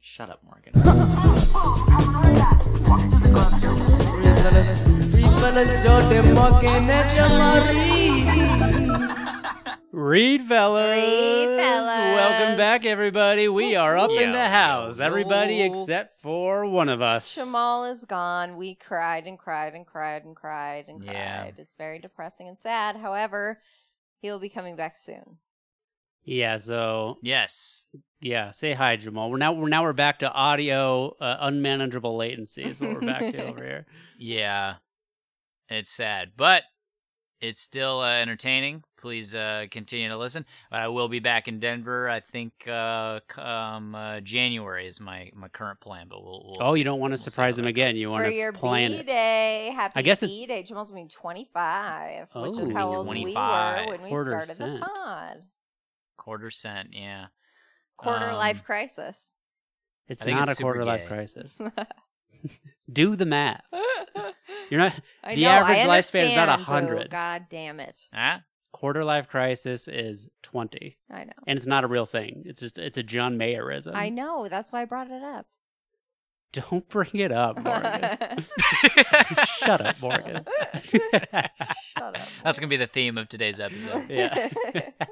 Shut up, Morgan. Reed fellas. Reed fellas. Welcome back, everybody. We are up in the Yeah. house. Everybody Ooh. except for one of us. Shamal is gone. We cried and cried and cried and cried and cried. Yeah. It's very depressing and sad. However, he'll be coming back soon. Yeah, so Yes. yeah, say hi, Jamal. We're now we're now we're back to audio uh, unmanageable latency is what we're back to over here. Yeah. It's sad, but it's still uh, entertaining. Please uh, continue to listen. I will be back in Denver. I think uh, c- um, uh, January is my, my current plan, but we'll. we'll Oh, see. you don't want We'll to see surprise how him that again. goes. You For want your to plan B it. day. Happy I guess it's- B day. Jamal's gonna be 25, which is Oh. how old we 25. were when we Quarter started cent. the pod. Quarter cent, yeah. Quarter Um, life crisis. It's I think not it's a super quarter life gay. crisis. Do the math. You're not I The know, average I lifespan is not understand, boo. 100. God damn it. Huh? quarter life crisis is 20 I know. and it's not a real thing. It's just it's a John Mayerism. I know. That's why I brought it up. Don't bring it up, Morgan. Shut up, Morgan. Shut up. That's going to be the theme of today's episode. yeah.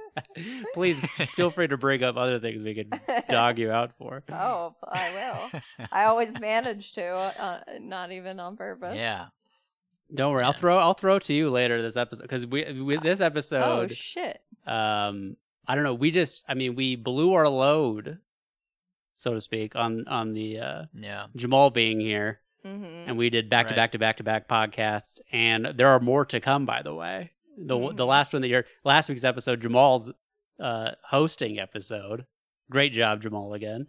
Please feel free to bring up other things we could dog you out for. Oh, I will. I always manage to, uh, not even on purpose. yeah. Don't worry, I'll throw I'll throw to you later this episode because we with this Oh episode, shit! um, I don't know. We just I mean we blew our load, so to speak, on on the uh, Yeah. Jamal being here, Mm-hmm. and we did back to Right. back to back to back podcasts, and there are more to come. By the way, the Mhm. the last one that you're last week's episode, Jamal's uh, hosting episode. Great job, Jamal again.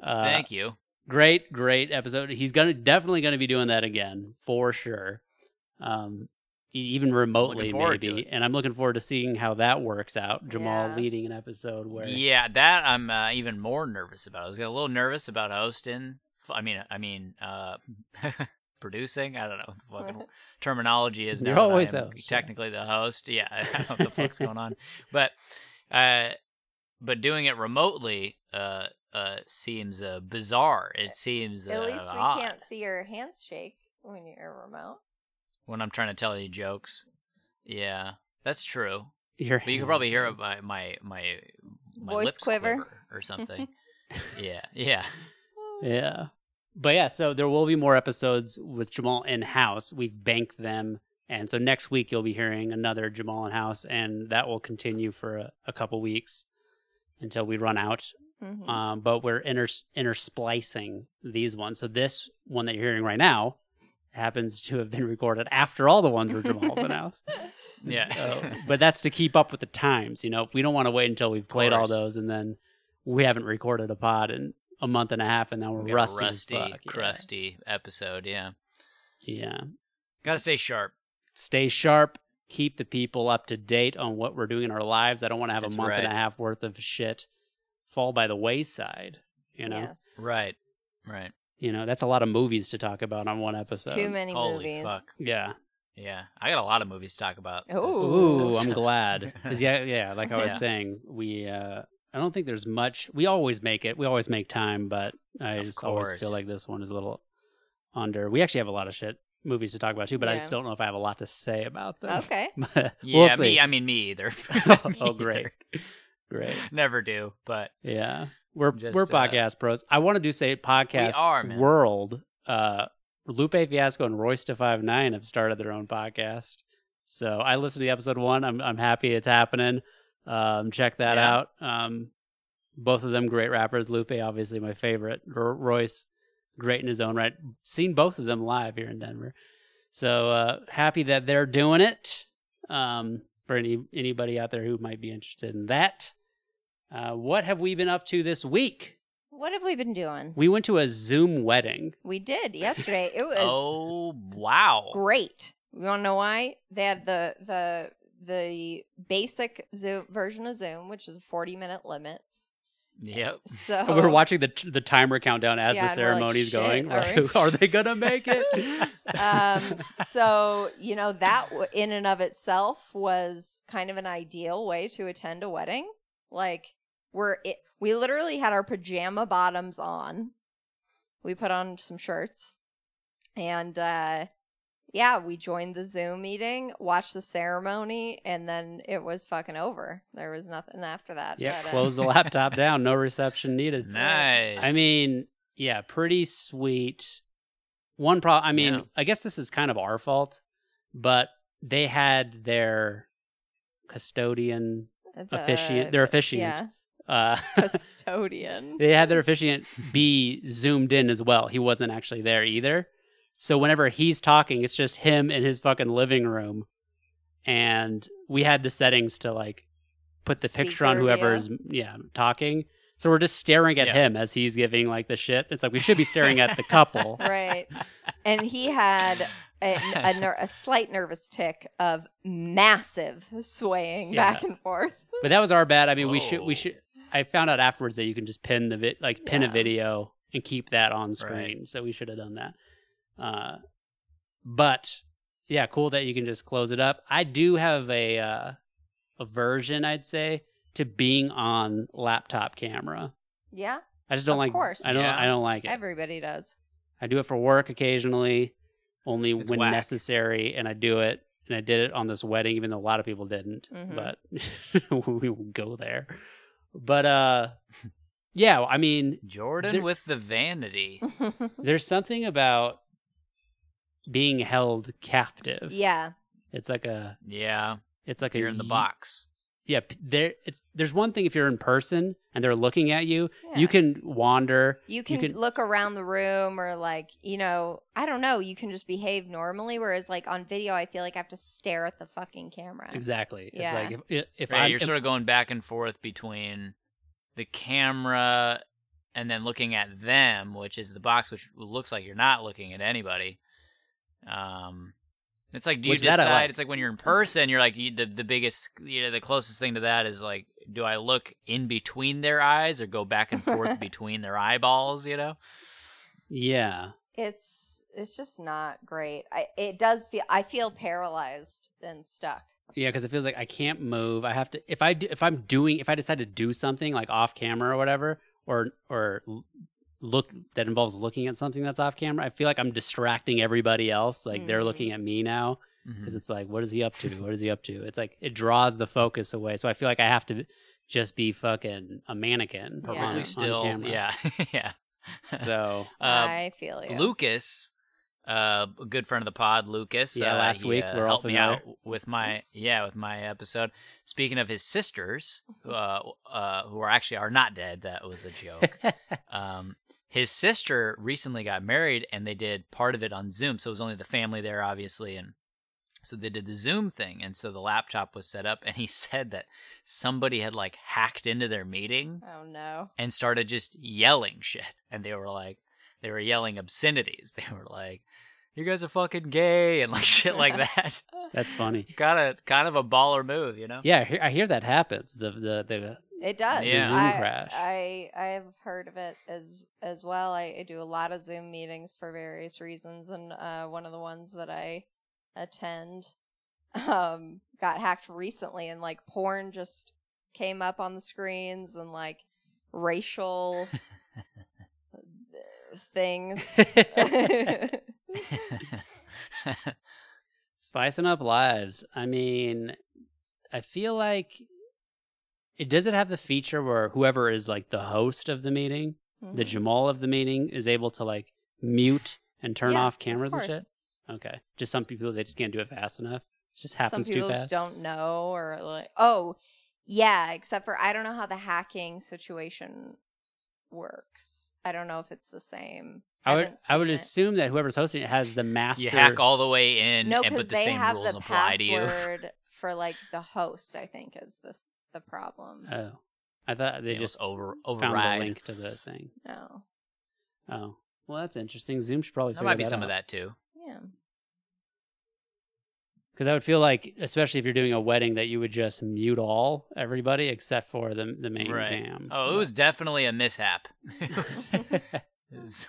Uh, Thank you. great great episode he's gonna definitely gonna be doing that again for sure um e- even remotely forward to maybe it. and i'm looking forward to seeing how that works out jamal Yeah. leading an episode where Yeah, that I'm uh, even more nervous about. I was a little nervous about hosting. F- I mean, I mean, uh, producing. I don't know what the fucking terminology is. You're now that I always am host, yeah. Technically, the host. Yeah, I don't know what the fuck's going on, but uh, but doing it remotely uh, uh, seems uh, bizarre. It seems uh, At least we odd can't see your hands shake when you're remote. when I'm trying to tell you jokes. Yeah, that's true. your But you can hand. probably hear it by my my my Voice lips quiver. or something. yeah, yeah. yeah but yeah so there will be more episodes with jamal in house we've banked them and so next week you'll be hearing another jamal in house and that will continue for a, a couple weeks until we run out Mm. Mhm. um, but we're inter- intersplicing these ones. So this one that you're hearing right now happens to have been recorded after all the ones where Jamal's announced. Yeah. So- but that's to keep up with the times. You know, we don't want to wait until we've played all course. those and then we haven't recorded a pod in a month and a half, and now We we're got rusty, a as rusty, fuck. Yeah. crusty episode. Yeah, Yeah. gotta stay sharp. Stay sharp. Keep the people up to date on what we're doing in our lives. I don't want to have That's a month and a right. half worth of shit fall by the wayside. You know, Yes. Right, right. you know that's a lot of movies to talk about on one It's episode. too many Holy movies. fuck. Yeah. Yeah, I got a lot of movies to talk about. this- Ooh. this Ooh, I'm episode. glad. Because yeah, yeah, like I was Yeah. saying, we uh I don't think there's much. We always make it. We always make time, but I Of just always feel course. like this one is a little under. We actually have a lot of shit movies to talk about too, but I Yeah. just don't know if I have a lot to say about them. Okay. But Yeah, we'll see. me. I mean, me either. Me oh, great. either. Great. Never do, but Yeah. We're Just, we're uh, podcast pros. I want to do say podcast are, man. world. Uh Lupe Fiasco and Royce to five nine have started their own podcast. So I listened to the episode one. I'm I'm happy it's happening. Um check that Yeah. out. Um both of them great rappers. Lupe obviously my favorite. R- Royce great in his own right. Seen both of them live here in Denver. So uh happy that they're doing it. Um for any anybody out there who might be interested in that. Uh, what have we been up to this week? What have we been doing? We went to a Zoom wedding. We did yesterday. It was oh wow, great. You want to know why? They had the the the basic Zoom version of Zoom, which is a forty minute limit. yep. So We're watching the the timer countdown as Oh. Yeah, and the we're like, ceremony's "Shit, going. are Right? we- Are they gonna make it? um, so you know that w- in and of itself was kind of an ideal way to attend a wedding like We're it, we literally had our pajama bottoms on. We put on some shirts, and uh, yeah, we joined the Zoom meeting, watched the ceremony, and then it was fucking over. There was nothing after that. Yeah, but, uh, close the laptop down. No reception needed. Nice. I mean, yeah, pretty sweet. One pro I mean, Yeah. I guess this is kind of our fault, but they had their custodian the- officiant their officiant. Uh, yeah, Uh custodian. they had their officiant be zoomed in as well. He wasn't actually there either. So whenever he's talking, it's just him in his fucking living room. And we had the settings to like put the picture on Speaker, yeah. whoever's yeah, talking. So we're just staring at Yeah. him as he's giving like the shit. It's like we should be staring at the couple. right. And he had a, a, ner- a slight nervous tick of massive swaying Yeah. back and forth. But that was our bad. I mean, we should Whoa. we should I found out afterwards that you can just pin the vi- like pin a Yeah. video and keep that on screen. So we should have done that. Uh but yeah, cool that you can just close it up. I do have a uh aversion, I'd say, to being on laptop camera. Yeah, I just don't Of like course. I don't Yeah. I don't like it. everybody does. I do it for work occasionally, only It's when whack. necessary, and I do it. And I did it on this wedding, even though a lot of people didn't. Mm-hmm. Mhm. But we will go there. But uh, yeah, I mean, Jordan There- with the vanity. there's something about being held captive. yeah, it's like a, Yeah, it's like you're a in the ye- box. Yeah, p- there. It's there's one thing if you're in person and they're looking at you, yeah. you can wander. you can can- look around the room or like you know I don't know. You can just behave normally, whereas like on video, I feel like I have to stare at the fucking camera. Exactly. Yeah. It's like if if Right, I'm, you're sort of going back and forth between the camera and then looking at them, which is the box, which looks like you're not looking at anybody. Um, it's like, do you Which that I decide? like. It's like when you're in person, you're like you, the the biggest, you know, the closest thing to that is like, do I look in between their eyes or go back and forth between their eyeballs? You know, yeah. It's it's just not great. I it does feel I feel paralyzed and stuck. Yeah, because it feels like I can't move. I have to if I do, if I'm doing if I decide to do something like off camera or whatever, or or l- look that involves looking at something that's off camera. I feel like I'm distracting everybody else. Like they're Mm-hmm. Mhm. looking at me now Mhm. because it's like, what is he up to? What is he up to? It's like it draws the focus away. So I feel like I have to just be fucking a mannequin. Yeah. perfectly on- on still. camera. Mm-hmm. yeah, yeah. So Uh, I feel you. Lucas, uh, a good friend of the pod, Lucas. Yeah, uh, last he, week, uh, we're all helped me familiar. out with my yeah with my episode. Speaking of his sisters, Mm-hmm. uh, uh, who are actually are not dead. That was a joke. um, his sister recently got married, and they did part of it on Zoom, so it was only the family there, obviously, and. So they did the Zoom thing, and so the laptop was set up. And he said that somebody had like hacked into their meeting, Oh no. and started just yelling shit. And they were like, they were yelling obscenities. They were like, "You guys are fucking gay" and like shit like that. that's funny. kind of, kind of a baller move, you know? Yeah, I hear, I hear that happens. The the the It does. Yeah. Zoom I, crash. I I have heard of it as as well. I, I do a lot of Zoom meetings for various reasons, and uh, one of the ones that I attend um, got hacked recently, and like porn just came up on the screens, and like racial uh, things. spicing up lives i mean i feel like it does it have the feature where whoever is like the host of the meeting Mm-hmm. the jamal of the meeting is able to like mute and turn Yeah, off Of cameras and shit course. okay just some people they just can't do it fast enough it just Some happens too people fast just don't know, or like, oh, yeah. Except for I don't know how the hacking situation works. I don't know if it's the same. i would haven't i would seen it. assume that whoever's hosting it has the master you hack all the way in, no, and because but the they same have rules the apply to you. password for like the host. I think is the the problem. Uh, oh i thought they It just was over found override. the link to the thing no, oh well that's interesting zoom should probably There might figure be some out. of that too. yeah, Because I would feel like, especially if you're doing a wedding, that you would just mute all everybody except for the the main Right. cam. Oh, it was definitely a mishap. It was- it was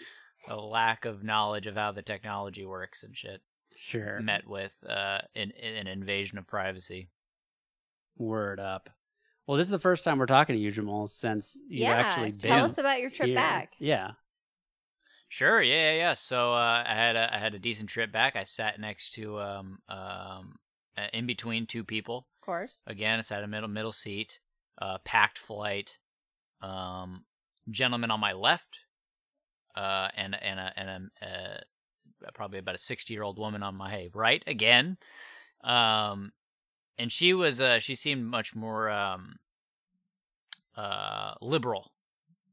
a lack of knowledge of how the technology works and shit sure. met with uh, an, an invasion of privacy. Word up. Well, this is the first time we're talking to you, Jamal, since you've yeah, actually been tell us about your trip here. back. Yeah. Sure. Yeah, yeah, yeah. So uh, I had a, I had a decent trip back. I sat next to um um uh, in between two people. Of course. Again, I sat in middle middle seat, uh, packed flight. Um, gentleman on my left, uh, and and a and a uh, probably about a sixty year old woman on my right again. Um, and she was uh she seemed much more um uh liberal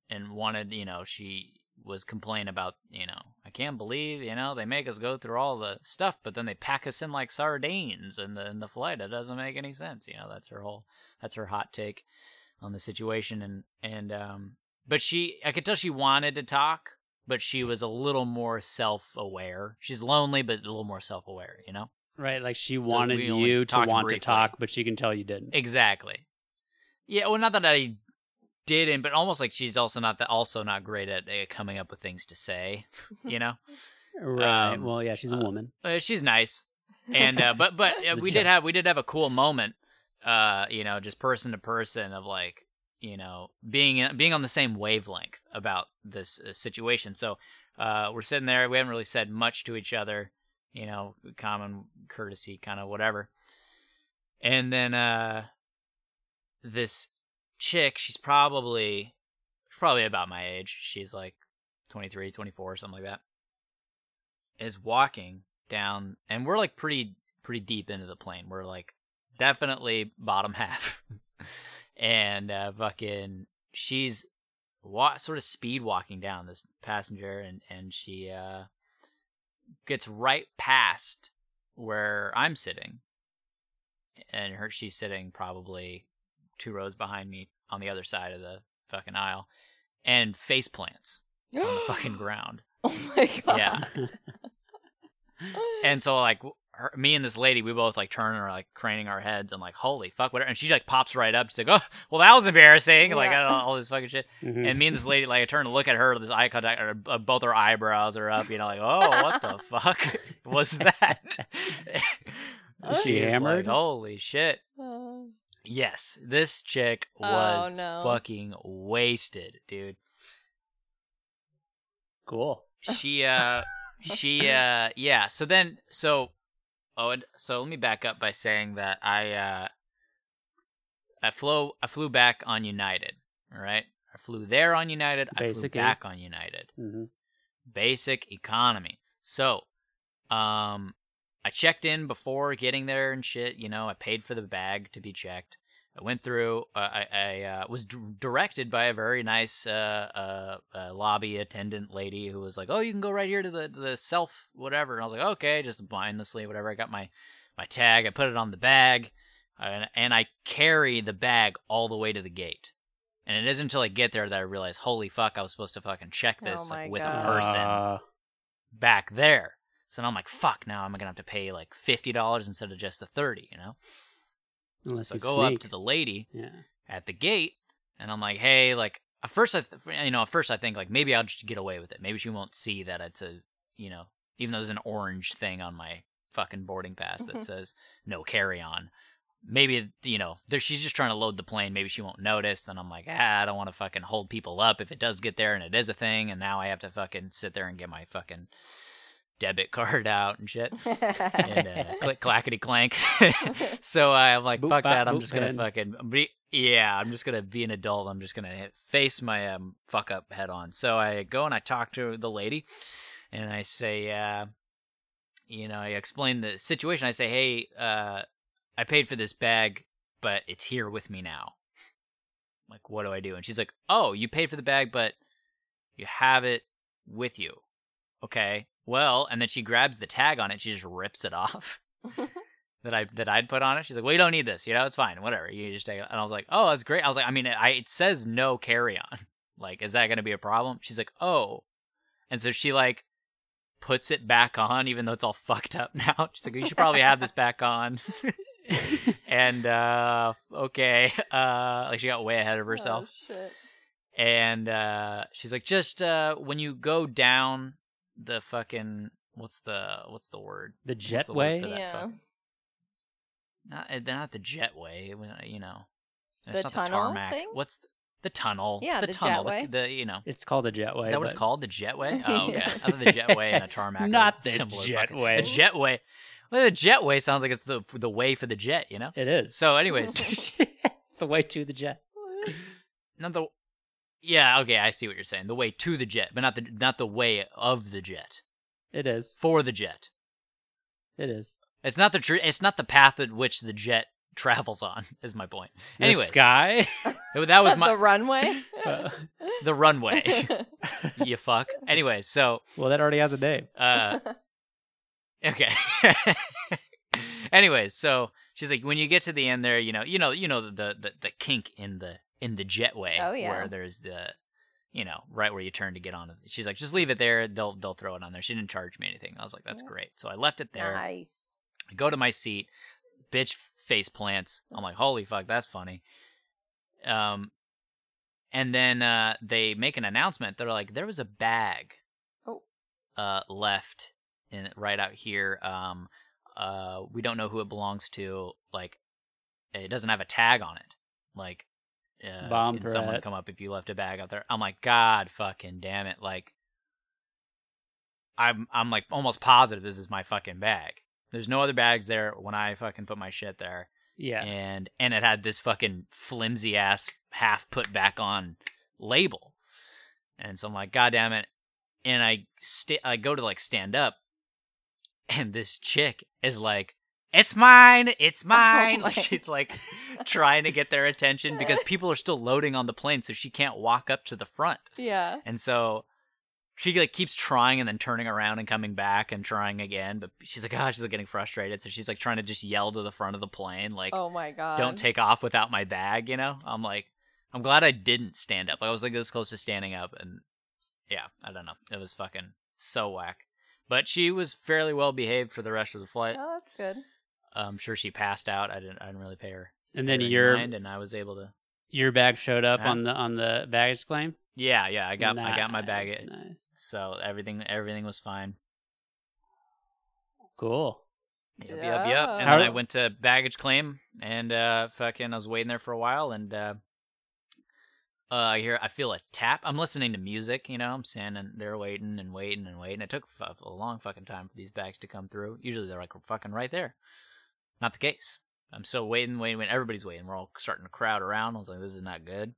and wanted you know she was complaining about you know i can't believe you know they make us go through all the stuff but then they pack us in like sardines in the in the flight it doesn't make any sense you know that's her whole that's her hot take on the situation and and um but she i could tell she wanted to talk but she was a little more self-aware she's lonely but a little more self-aware you know Right. Like she So wanted we only you to talked want briefly. to talk, but she can tell you didn't. Exactly. Yeah, well, not that I didn't, but almost like she's also not that also not great at uh, coming up with things to say. You know, right. um, well, yeah, she's a uh, woman. uh, she's nice, and uh, but but uh, It's a we did joke. have we did have a cool moment. Uh, you know, just person to person of like you know being being on the same wavelength about this uh, situation. So uh, we're sitting there. We haven't really said much to each other. You know, common courtesy, kind of whatever. And then uh, this chick, she's probably probably about my age. She's like 23, 24, something like that. Is walking down and we're like pretty pretty deep into the plane. We're like definitely bottom half. and uh fucking she's wa- sort of speed walking down this passenger and and she uh gets right past where I'm sitting. And her she's sitting probably two rows behind me on the other side of the fucking aisle and face plants on the fucking ground. oh my god. Yeah. And so like her, me and this lady, we both like turn and are like craning our heads and like holy fuck whatever. And she like pops right up. She's like, oh well that was embarrassing. Like I Yeah. don't know all this fucking shit. Mhm. And me and this lady like I turn to look at her. This eye contact, or, uh, both her eyebrows are up. You know like oh what the fuck was that? Is she She's like, hammered? holy shit. Uh, Yes, this chick Oh, was no. fucking wasted, dude. cool. she uh she uh yeah so then so oh and so let me back up by saying that i uh i flew i flew back on united all right i flew there on united i flew Basic, yeah. back on united hmm basic economy so um i checked in before getting there and shit you know i paid for the bag to be checked i went through uh, i, I uh, was d- directed by a very nice uh, uh, uh lobby attendant lady who was like oh you can go right here to the to the self whatever and i was like okay just blindlessly whatever i got my my tag i put it on the bag and, and i carry the bag all the way to the gate and it isn't until I get there that I realize, holy fuck, I was supposed to fucking check Oh this like, my with God. a person Uh, back there. So now I'm like, fuck, now I'm gonna have to pay like fifty dollars instead of just the thirty, you know? unless So I you go sneak. up to the lady Yeah. at the gate and I'm like, hey, like at first I th- you know, at first I think like maybe I'll just get away with it. Maybe she won't see that it's a you know, even though there's an orange thing on my fucking boarding pass that Mhm. says no carry on. Maybe you know there, she's just trying to load the plane. Maybe she won't notice. Then I'm like, ah, I don't want to fucking hold people up if it does get there and it is a thing. And now I have to fucking sit there and get my fucking debit card out and shit and uh, click clackety clank. so uh, I'm like, Boop, fuck bop, that. I'm boop, just gonna man. fucking be, yeah. I'm just gonna be an adult. I'm just gonna hit, face my um, fuck up head on. So I go and I talk to the lady, and I say, uh, you know, I explain the situation. I say, hey, uh, I paid for this bag, but it's here with me now. I'm like, what do I do? And she's like, oh, you paid for the bag, but you have it with you. Okay. Well, and then she grabs the tag on it. She just rips it off that I that I'd put on it. She's like, "Well, you don't need this. You know, it's fine. Whatever. You just take it." And I was like, "Oh, that's great." I was like, "I mean, I, it says no carry on. Like, is that going to be a problem?" She's like, "Oh," and so she like puts it back on, even though it's all fucked up now. She's like, "You should probably have this back on." and uh okay, uh, like she got way ahead of herself Oh, shit. and uh, she's like, just uh, when you go down the fucking what's the what's the word? The What's the word for jetway. that eh, Yeah. fuck? Not uh, they're not the jetway. it was, uh, You know, It's The not the tunnel tarmac. thing? What's the, the tunnel? Yeah, the, the tunnel. jetway. The, the you know. It's called a jetway. Is that what it's but- called? The jetway? Oh, okay. Yeah. I thought the jetway and a tarmac. are Not the similar fucking- jetway. A jetway. Well, the jetway sounds like it's the the way for the jet, you know. It is. So, anyways, it's the way to the jet. not the. Yeah, okay, I see what you're saying. The way to the jet, but not the not the way of the jet It is. for the jet. It is. It's not the tr- It's not the path at which the jet travels on. Is my point. Anyway, the sky. that was my Uh, the runway. Uh, the runway. you fuck. Anyway, so well, that already has a name. uh, Okay. Anyways, so she's like, when you get to the end there, you know, you know, you know the the the kink in the in the jetway. Oh, yeah. Where there's the, you know, right where you turn to get on. it. She's like, just leave it there. They'll they'll throw it on there. She didn't charge me anything. I was like, that's Yeah. great. So I left it there. nice. I go to my seat. Bitch face plants. I'm like, holy fuck, that's funny. Um, and then uh, they make an announcement. They're like, there was a bag, Oh. uh, left in right out here. Um, uh, we don't know who it belongs to. Like, it doesn't have a tag on it. Like, uh, Bomb can someone threat. come up if you left a bag out there? I'm like, God, fucking damn it! Like, I'm I'm like almost positive this is my fucking bag. There's no other bags there when I fucking put my shit there. Yeah. And and it had this fucking flimsy ass half put back on label. And so I'm like, God damn it. And I sta I go to like stand up and this chick is like, It's mine, it's mine. like my she's like trying to get their attention because people are still loading on the plane, so she can't walk up to the front. Yeah. And so she like keeps trying and then turning around and coming back and trying again. But she's like, ah, she's like getting frustrated. So she's like trying to just yell to the front of the plane, like, oh my god. don't take off without my bag, you know? I'm like, I'm glad I didn't stand up. I was like this close to standing up and yeah, I don't know. It was fucking so whack. But she was fairly well behaved for the rest of the flight. Oh, that's good. I'm sure she passed out. I didn't I didn't really pay her. And then pay her any your mind, and I was able to your bag showed up Huh? on the on the baggage claim. Yeah, yeah, I got I got my Nice, bag Nice. so everything everything was fine. Cool. Yep, yep, yep. And How- then I went to baggage claim, and uh, fucking, I was waiting there for a while, and uh, uh, I hear, I feel a tap. I'm listening to music, you know. I'm standing there waiting and waiting and waiting. It took fu- a long fucking time for these bags to come through. Usually they're like fucking right there. Not the case. I'm still waiting, waiting, waiting. Everybody's waiting. We're all starting to crowd around. I was like, this is not good.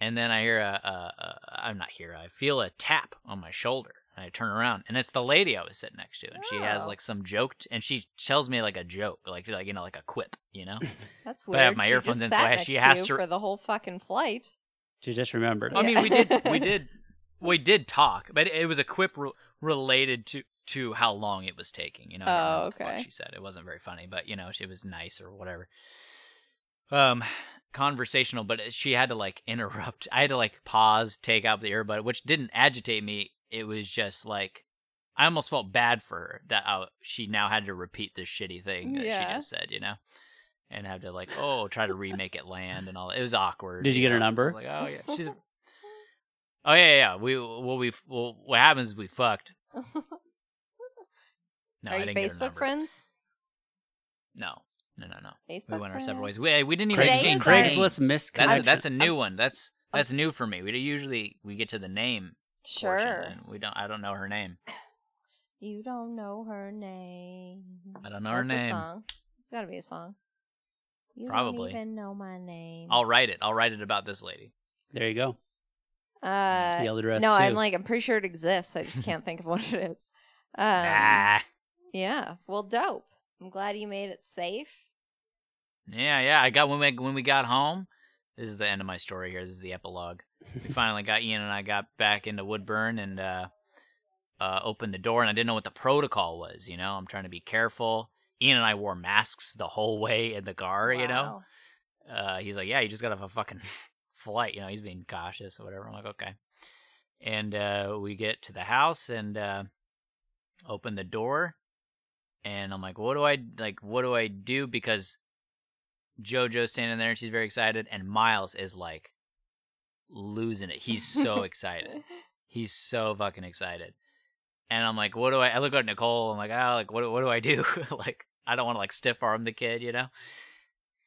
And then I hear a, a, a I'm not here. I feel a tap on my shoulder, and I turn around, and it's the lady I was sitting next to, and she has Oh. like some joke, t- and she tells me like a joke, like like you know, like a quip, you know. That's But weird. I have my She earphones just in, so sat I- she next has you to- for the whole fucking flight. She just remembered. I mean, we Yeah. did, we did, we did talk, but it was a quip re- related to to how long it was taking. You know, I don't know Oh, what the fuck okay. She said it wasn't very funny, but you know, she was nice or whatever. Um, conversational, but it- she had to like interrupt. I had to like pause, take out the earbud, which didn't agitate me. It was just like I almost felt bad for her that I, she now had to repeat this shitty thing that Yeah. she just said. You know. And have to like, oh, try to remake it land and all. It was awkward. Did you get her know? I number? was Like, oh yeah, she's Oh yeah, yeah, yeah. We well, we well, what happens is we fucked. No, Are I you didn't get her Facebook number. friends? No, no, no, no. Facebook We went our separate friends? ways. We we didn't even Today exchange is our- names. Craigslist That's a, misconnection. that's a new one. That's that's new for me. We usually we get to the name Sure. portion, and we don't. I don't know her name. You don't know her name. I don't know her That's name. A song. It's got to be a song. You Probably. don't even know my name. I'll write it. I'll write it about this lady. There you go. uh, the Elder Dress no, too. I'm like I'm pretty sure it exists. I just can't think of what it is. Um, nah. Yeah. Well, dope. I'm glad you made it safe. Yeah, yeah. I got when we when we got home. This is the end of my story here. This is the epilogue. We finally got Ian and I got back into Woodburn and uh, uh, opened the door, and I didn't know what the protocol was. You know, I'm trying to be careful. Ian and I wore masks the whole way in the car. You know, Wow. uh, he's like, "Yeah, you just got off a fucking flight." You know, he's being cautious or whatever. I'm like, "Okay." And uh, we get to the house and uh, open the door, and I'm like, "What do I like? What do I do?" Because JoJo's standing there and she's very excited, and Miles is like losing it. He's so excited. He's so fucking excited. And I'm like, what do I? I look at Nicole. I'm like, ah, like what? What do I do? like, I don't want to like stiff arm the kid, you know.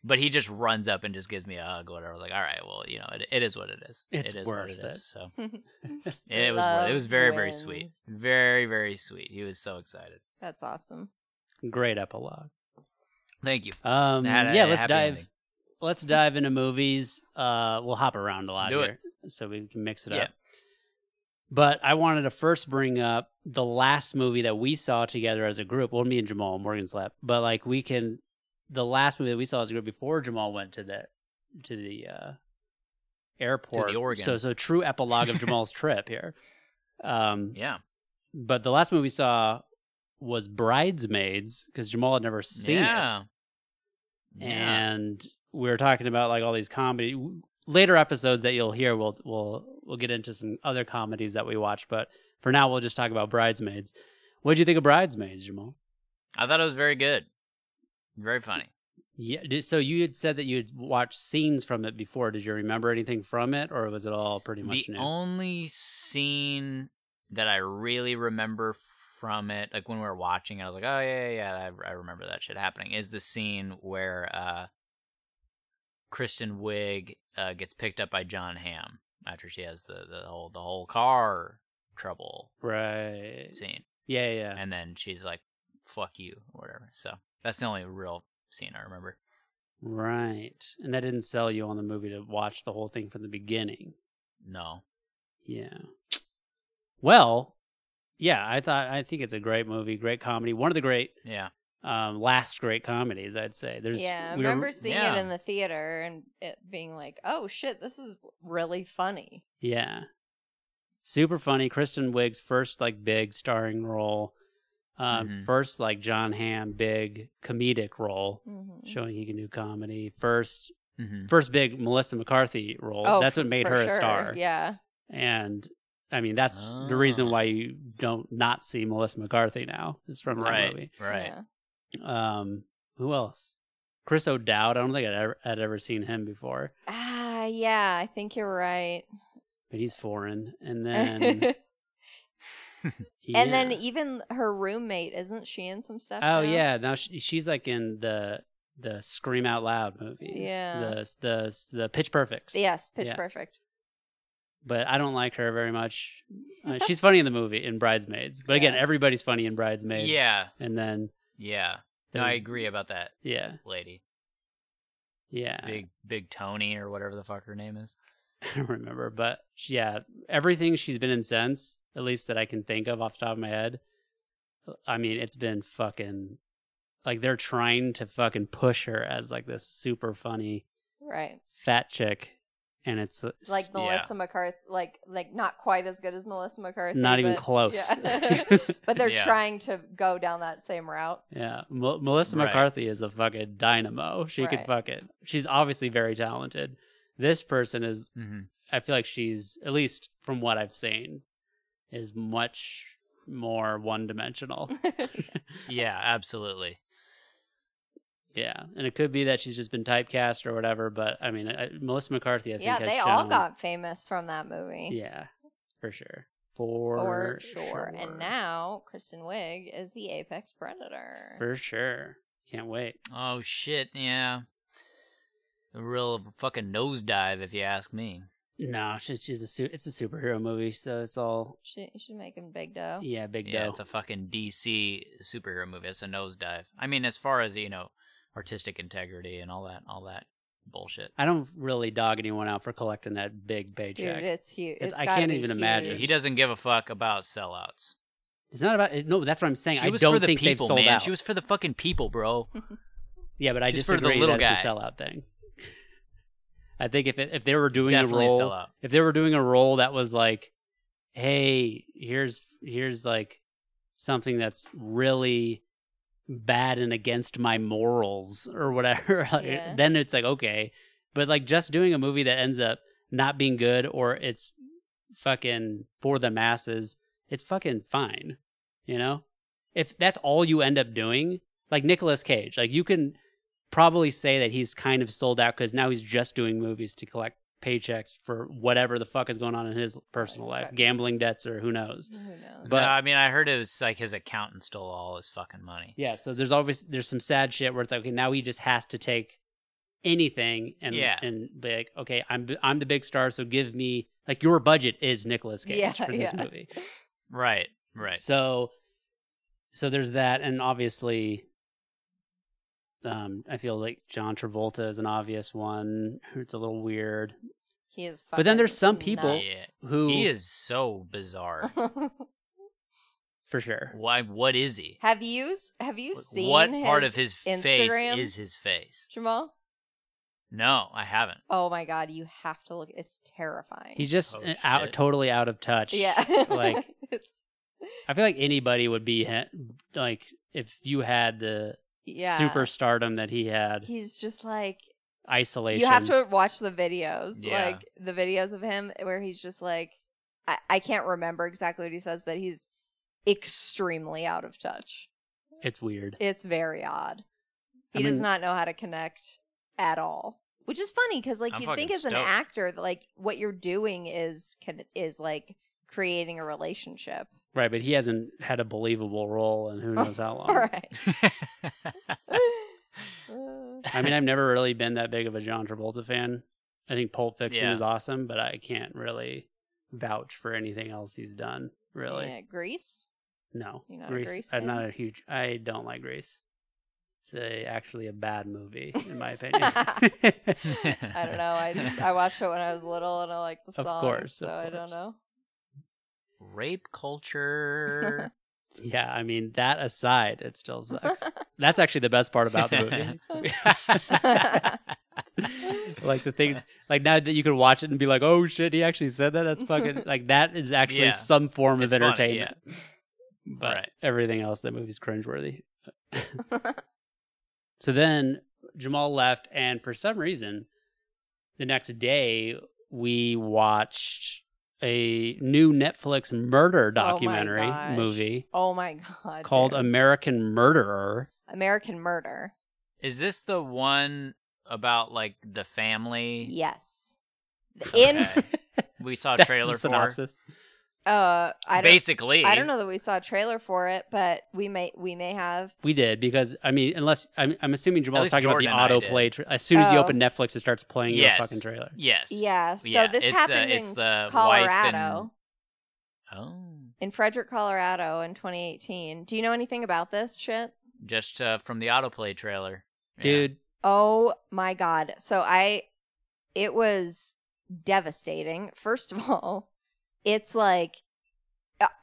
But he just runs up and just gives me a hug, whatever. I was like, all right, well, you know, it, it is what it is. It's it is worth it. So it, it was worth, it was very very sweet, Wins. very very sweet. He was so excited. That's awesome. Great epilogue. Thank you. Um, Had a yeah, let's happy dive. ending. Let's dive into movies. Uh, we'll hop around a lot do here, so we can mix it Yeah. up. But I wanted to first bring up the last movie that we saw together as a group. Well, me and Jamal, Morgan slept, but like we can, the last movie that we saw as a group before Jamal went to the to the uh, airport. Oregon. So, so true epilogue of Jamal's trip here. Um, Yeah, but the last movie we saw was Bridesmaids because Jamal had never seen it yeah. Yeah. and we were talking about like all these comedy later episodes that you'll hear we'll we'll we'll get into some other comedies that we watch but for now we'll just talk about bridesmaids what did you think of bridesmaids jamal I thought it was very good, very funny. yeah did- so you had said that you had watched scenes from it before did you remember anything from it or was it all pretty much the new only scene that I really remember from it, like when we were watching, it, I was like, "Oh yeah, yeah, yeah I, I remember that shit happening." Is the scene where uh, Kristen Wiig uh, gets picked up by John Hamm after she has the, the whole the whole car trouble right scene, yeah yeah and then she's like, "Fuck you," or whatever. So that's the only real scene I remember. right and that didn't sell you on the movie to watch the whole thing from the beginning No, Yeah. Well, yeah, I thought I think it's a great movie, great comedy, one of the great yeah, um, last great comedies, I'd say. There's yeah, I we were- remember seeing yeah. it in the theater and it being like, "Oh shit, this is really funny." yeah, super funny. Kristen Wiig's first like big starring role, um, Mhm. first like John Hamm big comedic role, Mhm. showing he can do comedy. First, hmm first big Melissa McCarthy role. That's Oh, f- what made for her a sure. star. Yeah, and I mean that's the reason Ah. why you don't not see Melissa McCarthy now is from that right, movie. right. yeah. Um, who else? Chris O'Dowd. I don't think I'd ever, I'd ever seen him before, Ah, yeah, I think you're right. but he's foreign. And then, and then yeah. even her roommate, isn't she in some stuff? oh now? yeah, now she, she's like in the the Scream Out Loud movies. Yeah. the the the Pitch Perfect. Yes, Pitch Yeah. Perfect. but I don't like her very much. Uh, she's funny in the movie in Bridesmaids, but again, Yeah. everybody's funny in Bridesmaids. yeah, and then yeah. No, I there's- agree about that Yeah, lady. yeah. big big Tony or whatever the fuck her name is. I don't remember, but she- yeah, everything she's been in since, at least that I can think of off the top of my head. I mean, it's been fucking like they're trying to fucking push her as like this super funny Right. fat chick, and it's uh, s- Like Melissa McCarthy, like like not quite as good as Melissa McCarthy. not even but- close. yeah. but they're Yeah. trying to go down that same route. Yeah, Mel- Melissa Right. McCarthy is a fucking dynamo. She could Right. fuck it. She's obviously very talented. This person is Mm-hmm. I feel like she's at least from what I've seen is much more one dimensional. Yeah, absolutely. yeah, and it could be that she's just been typecast or whatever. But I mean, I, Melissa McCarthy, I think yeah, has they all shown- got famous from that movie. yeah for sure for, For sure. And now Kristen Wiig is the apex predator. for sure can't wait. Oh shit, yeah. A real fucking nosedive, if you ask me. No, she's she's a su- it's a superhero movie, so it's all she should make him big dough. yeah big Yeah, dough. it's a fucking DC superhero movie. It's a nosedive. I mean, as far as you know, artistic integrity and all that, all that bullshit. I don't really dog anyone out for collecting that big Dude, paycheck. it's huge. It's- It's I gotta can't be even imagine. huge. He doesn't give a fuck about sellouts. it's not about it, no. That's what I'm saying. She I was don't for the think people, they've sold man. out. She was for the fucking people, bro. Yeah, but I She's just for the disagree little that it's a guy. sellout thing. I think if it, if they were doing Definitely a role, sellout. if they were doing a role that was like, hey, here's here's like something that's really bad and against my morals or whatever, like, Yeah. then it's like okay. But like just doing a movie that ends up not being good or it's fucking for the masses, it's fucking fine. You know? If that's all you end up doing, like Nicolas Cage, like you can probably say that he's kind of sold out because now he's just doing movies to collect paychecks for whatever the fuck is going on in his personal life, Right. Mm-hmm. gambling debts or who knows. Who knows? But- But I mean, I heard it was like his accountant stole all his fucking money. Yeah, so there's always there's some sad shit where it's like okay, now he just has to take anything and Yeah. and be like, okay, I'm I'm the big star, so give me like your budget is Nicolas Cage Yeah, for this yeah. movie. Right. Right. So so there's that and obviously um I feel like John Travolta is an obvious one. It's a little weird. He is. But then there's fucking some people Yeah. who He is so bizarre. nuts. for sure. Why? What is he? have you s- have you seen What part of his Instagram? face is his face? Jamal? No, I haven't. Oh my god, you have to look. It's terrifying. He's just eh, Oh, out shit. totally out of touch. yeah, like- it's, I feel like anybody would be ha- like if you had the yeah. super stardom that he had, He's just like isolation. you have to watch the videos, Yeah. like the videos of him where he's just like, I, I can't remember exactly what he says, but he's extremely out of touch. It's weird. It's very odd. He I does mean- not know how to connect at all, which is funny because like I'm you think fucking as an stoked. actor that like what you're doing is con- is like creating a relationship. Right, but he hasn't had a believable role in who Oh, knows how long. All right. Uh, I mean, I've never really been that big of a John Travolta fan. I think Pulp Fiction Yeah. is awesome, but I can't really vouch for anything else he's done. Really, Yeah, Greece. no. You're not a Grease. Grease I'm fan? not a huge. I don't like Grease. It's a, actually a bad movie in my opinion. I don't know. I just I watched it when I was little and I like the Of songs, course, so of I don't course. know. Rape culture. Yeah, I mean that aside, it still sucks. That's actually the best part about the Oh movie. like the things like now that you can watch it and be like, "Oh shit, he actually said that." That's fucking like that is actually Yeah. some form of It's funny, entertainment. But Right. everything else in that movie's cringeworthy. So then Jamal left, and for some reason, the next day we watched a new Netflix murder Oh my documentary gosh. movie Oh my god. called dude. American Murderer. American Murder. Is this the one about like the family? Yes. In Okay. We saw a That's the trailer for. synopsis. uh I don't Basically, I don't know that we saw a trailer for it, but we may we may have. We did because I mean, unless I'm, I'm assuming Jamal's least talking Jordan and about I the did. autoplay. Tra- as soon as you Oh. open Netflix, it starts playing Yes. your fucking trailer. Yes. Yeah. So yeah, this it's, happened uh, it's in the Colorado. Wife and, oh, in Frederick, Colorado in 2018. Do you know anything about this shit? just uh, from the autoplay trailer, Yeah. Dude, Oh my god. So I it was devastating. First of all, it's like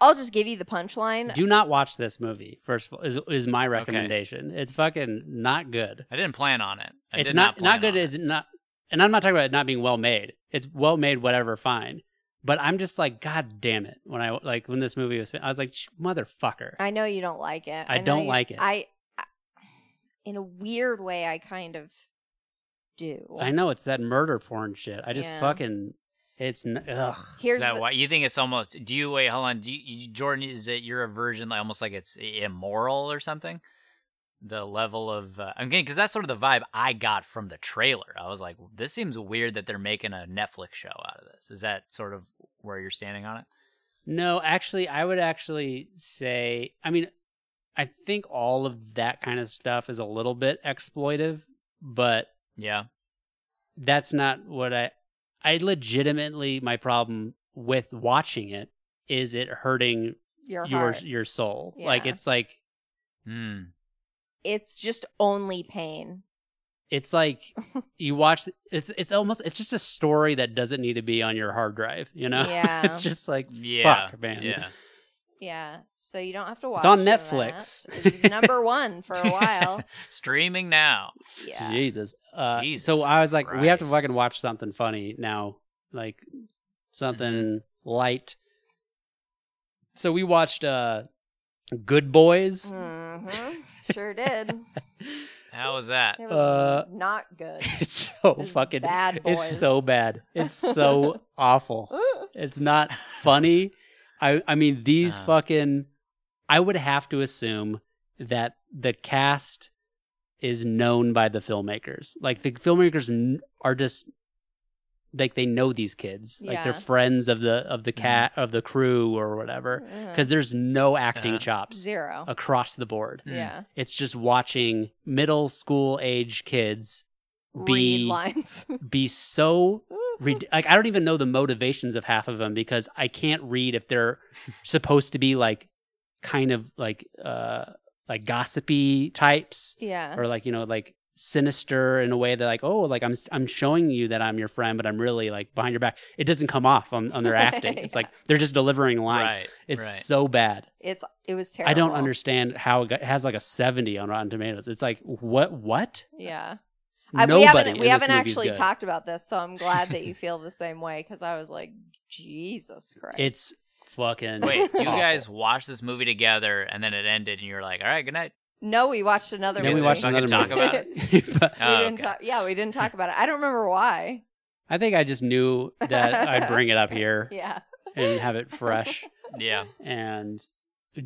I'll just give you the punchline. do not watch this movie. First of all, is is my recommendation. It's fucking not good. I didn't plan on it. I it's did not not not, plan good. on Is not, and I'm not talking about it not being well made. It's well made, whatever, fine. But I'm just like, god damn it. When I like when this movie was, fin- I was like, motherfucker. I know you don't like it. I know don't you- like it. I, I in a weird way I kind of do. I know it's that murder porn shit. I just Yeah. fucking, it's n- ugh. Here's Is that the- why you think it's almost? Do you wait? Hold on. Do you, you- Jordan? Is it your aversion like almost like it's immoral or something? The level of uh, again, because that's sort of the vibe I got from the trailer. I was like, this seems weird that they're making a Netflix show out of this. Is that sort of where you're standing on it? No, actually, I would actually say, I mean, I think all of that kind of stuff is a little bit exploitive, but Yeah. that's not what I I legitimately my problem with watching it is it hurting your your heart. your soul. Like Yeah. it's like Hmm. It's just only pain. it's like you watch it's it's almost it's just a story that doesn't need to be on your hard drive, you know? Yeah. it's just like Yeah. fuck, man. Yeah. Yeah. So you don't have to watch on it, Matt. Netflix. It was number 1 for a while. Streaming now. Yeah. Jesus. Uh, Jesus so I was like, we have to Christ. fucking watch something funny now, like something Mm-hmm. light. So we watched uh, Good Boys. Mhm. Sure did. How was that? It was Uh, not good. It's so It's fucking bad It's boys. Mm. so bad. It's so awful. It's not funny. I I mean these Uh-huh. fucking I would have to assume that the cast is known by the filmmakers. Like the filmmakers kn- are just like they know these kids. Like they're Yeah. friends of the of the cat of the crew or whatever Mhm. cuz there's no acting Uh-huh. chops Zero. across the board. Mm. Yeah. It's just watching middle school age kids read be lines. be so rid- like I don't even know the motivations of half of them because I can't read if they're supposed to be like kind of like uh like gossipy types yeah. or like you know like sinister in a way that like oh like I'm I'm showing you that I'm your friend but I'm really like behind your back. It doesn't come off on, on their acting. It's Yeah. like they're just delivering lines. Right. It's right. so bad. It's it was terrible. I don't understand how it, got, it has like a 70 on Rotten Tomatoes. It's like what what? Yeah. I, Uh, we Nobody haven't in we this haven't movie's actually good. talked about this, so I'm glad that you feel the same way because I was like, Jesus Christ. It's fucking Wait, you awful. guys watched this movie together, and then it ended, and you were like, "All right, good night." no, we watched another. Then we we movie. watched not another gonna movie. uh, talk about it. But We Oh, didn't okay. talk, yeah, we didn't talk about it. I don't remember why. I think I just knew that I'd bring it up here Yeah. and have it fresh. Yeah. And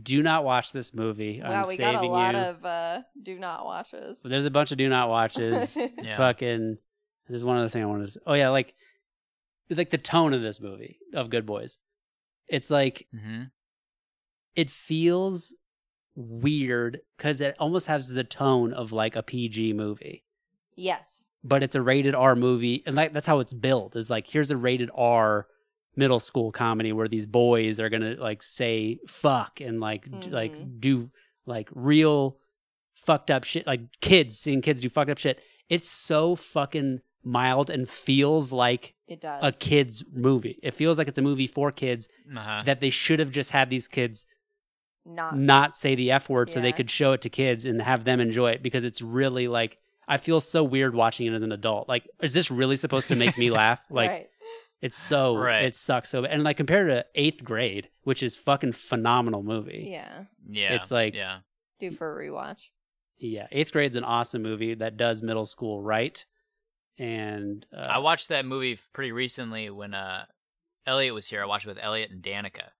do not watch this movie. wow, I'm we saving got a lot you. of uh, do not watches. There's a bunch of do not watches. Yeah. Fucking. There's one other thing I wanted to. Say. Oh yeah, like, like the tone of this movie of Good Boys. It's like hmm it feels weird because it almost has the tone of like a PG movie, yes. but it's a rated R movie, and like that's how it's built. Is like here's a rated R middle school comedy where these boys are gonna like say fuck and like d- like do like real fucked up shit, like kids seeing kids do fucked up shit. It's so fucking mild and feels like It does. a kids movie. It feels like it's a movie for kids Uh-huh. that they should have just had these kids Not. not say the F word so they Yeah. could show it to kids and have them enjoy it because it's really like I feel so weird watching it as an adult. Like, is this really supposed to make me laugh? Like, right. it's so Right. it sucks so. And like compared to Eighth Grade, which is fucking phenomenal movie. Yeah. Yeah. It's like- yeah. Do for a rewatch. Yeah, Eighth Grade's an awesome movie that does middle school right. And uh, I watched that movie f- pretty recently when uh, Elliot was here. I watched it with Elliot and Danica,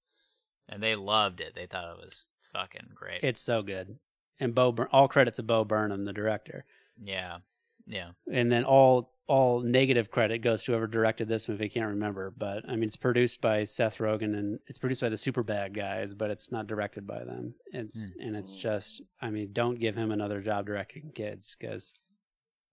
and they loved it. They thought it was fucking great. it's so good. And Bo, Bur- all credit to Bo Burnham, the director. yeah. Yeah. and then all all negative credit goes to whoever directed this movie. I can't remember, but I mean, it's produced by Seth Rogen and it's produced by the super bad guys, but it's not directed by them. It's and it's just, I mean, don't give him another job directing kids because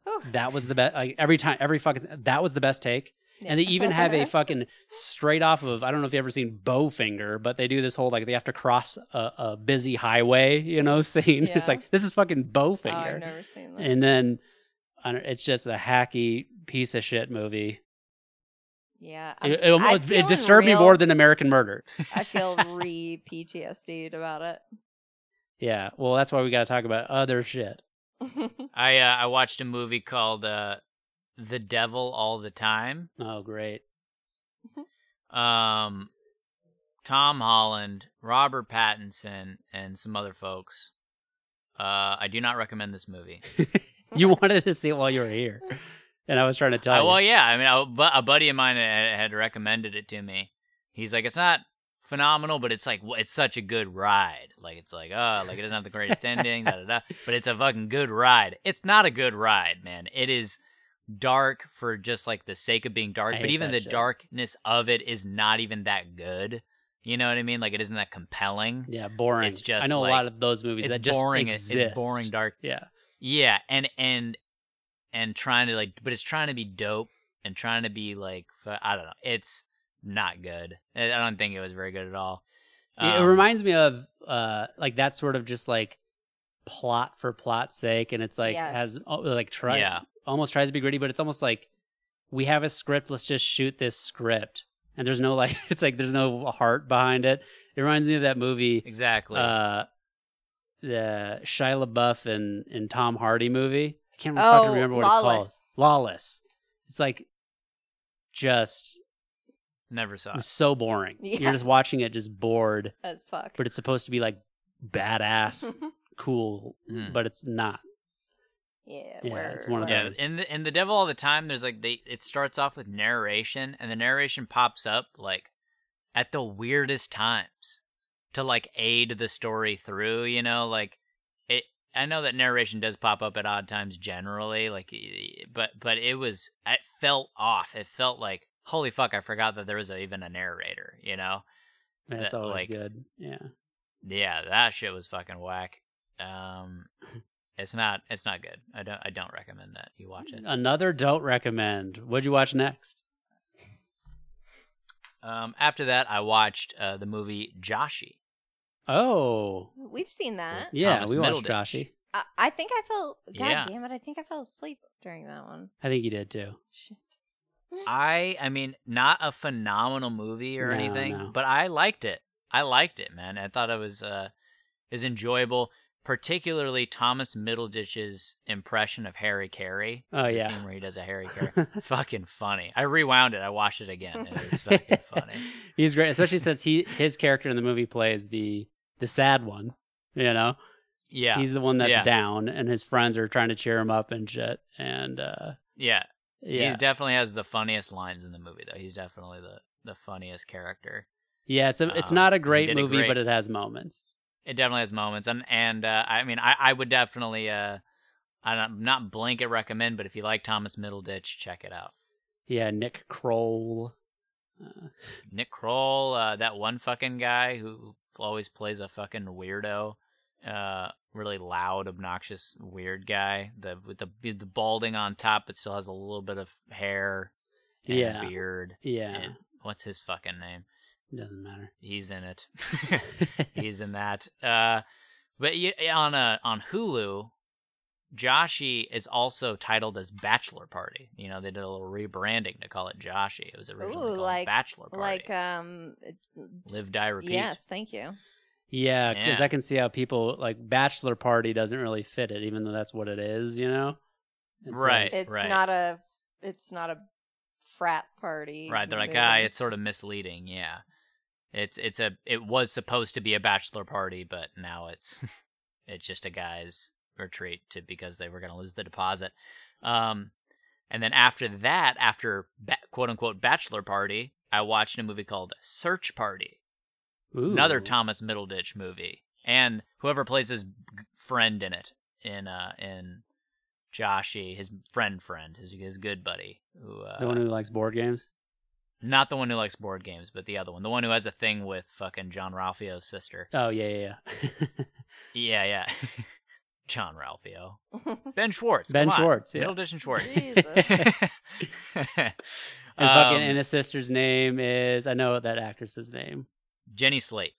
Whew. that was the best. Like every time, every fucking that was the best take. And they Yeah. even have a fucking straight off of I don't know if you've ever seen Bowfinger, but they do this whole like they have to cross a, a busy highway, you know, scene. Yeah. It's like this is fucking Oh, Bowfinger I've never seen that. and then I don't, it's just a hacky piece of shit movie. yeah. I'm- It, it, I'm it feeling disturbed real- me more than American Murder. I feel re PTSD'd about it. Yeah, well, that's why we got to talk about other shit. I uh, I watched a movie called uh, The Devil All the Time. Oh, great. Um, Tom Holland, Robert Pattinson, and some other folks. Uh, I do not recommend this movie. You wanted to see it while you were here, and I was trying to tell I, you. well, yeah. I mean, I, bu- a buddy of mine had, had recommended it to me. He's like, it's not phenomenal, but it's like w- it's such a good ride. Like it's like, oh, like it doesn't have the greatest ending, da da da. But it's a fucking good ride. It's not a good ride, man. It is dark for just like the sake of being dark. I But hate even that the shit. darkness of it is not even that good. You know what I mean? Like it isn't that compelling. yeah, boring. It's just I know like- a lot of those movies It's that just boring. it- Exist. It's boring dark Yeah, yeah, and and and trying to like, but it's trying to be dope and trying to be like, fu- I don't know. It's not good. I I don't think it was very good at all. It- it Um, reminds me of uh like that sort of just like plot for plot's sake, and it's like Yes. has oh, like try Yeah. almost tries to be gritty, but it's almost like we have a script. Let's just shoot this script, and there's no like it's like there's no heart behind it. It reminds me of that movie, Um, exactly. uh, the Shia LaBeouf and and Tom Hardy movie. I can't oh, fucking remember what it's lawless. called. Lawless. It's like just Never saw. It. so boring. Yeah. You're just watching it, just bored As fuck. but it's supposed to be like badass, cool, Mm. but it's not. yeah, Yeah, it's one of Yeah, those. in the in the devil all the time. There's like they. It starts off with narration, and the narration pops up like at the weirdest times to like aid the story through. You know, like it. I know that narration does pop up at odd times generally, like, e- but but it was it felt off. It felt like holy fuck, I forgot that there was a, even a narrator. You know, That's that, always like- good. Yeah. yeah, that shit was fucking whack. Um, It's not. It's not good. I don't. I don't recommend that you watch it. Another don't recommend. What'd you watch next? Um, after that, I watched uh, the movie Joshi. Oh, We've seen that. yeah, Thomas we Middleditch. watched Joshi. I, I think I fell. God Yeah. damn it! I think I fell asleep during that one. I think you did too. Shit. I. I mean, not a phenomenal movie or No, anything, no. but I liked it. I liked it, man. I thought it was uh, is enjoyable. Particularly Thomas Middleditch's impression of Harry Carey. Oh, It's the yeah. scene where he does a Harry Carey. fucking funny. I rewound it. I watched it again. It was fucking funny. He's great, especially since he his character in the movie plays the the sad one. You know, Yeah, he's the one that's Yeah. down, and his friends are trying to cheer him up and shit. And uh, yeah. yeah, He definitely has the funniest lines in the movie, though. He's definitely the, the funniest character. yeah. It's a, it's um, not a he great did a movie, great- but it has moments. It definitely has moments, and and uh, I mean, I, I would definitely, uh, I don't not blanket recommend, but if you like Thomas Middleditch, check it out. Yeah, Nick Kroll. Uh, Nick Kroll, uh, that one fucking guy who always plays a fucking weirdo, uh, really loud, obnoxious, weird guy. The with the the balding on top, but still has a little bit of hair, and Yeah. beard. yeah, And what's his fucking name? doesn't matter. he's in it. he's in that. Uh, but y- on uh, on Hulu, Joshi is also titled as Bachelor Party. You know, they did a little rebranding to call it Joshi. It was originally Ooh, called like- Bachelor Party. Like um. Live, die, repeat. Yes, thank you. Yeah, because Yeah. I can see how people like bachelor party doesn't really fit it, even though that's what it is. You know, It's Right. like- It's not a. It's not a frat party. Right. They're like, movie. ah, it's sort of misleading. Yeah. It's it's a it was supposed to be a bachelor party, but now it's it's just a guy's retreat to because they were going to lose the deposit. Um, and then after that, after ba- quote unquote bachelor party, I watched a movie called Search Party, Ooh. another Thomas Middleditch movie, and whoever plays his g- friend in it in uh in Joshy, his friend friend, his his good buddy, who uh, the one who likes board games. not the one who likes board games, but the other one. The one who has a thing with fucking John Ralphio's sister. Oh yeah, yeah. yeah. Yeah, yeah. John Ralphio. Ben Schwartz. Ben come on. Schwartz, yeah. Middle Ditch and Schwartz. Jesus. and fucking Um, and his sister's name is I know that actress's name. Jenny Slate.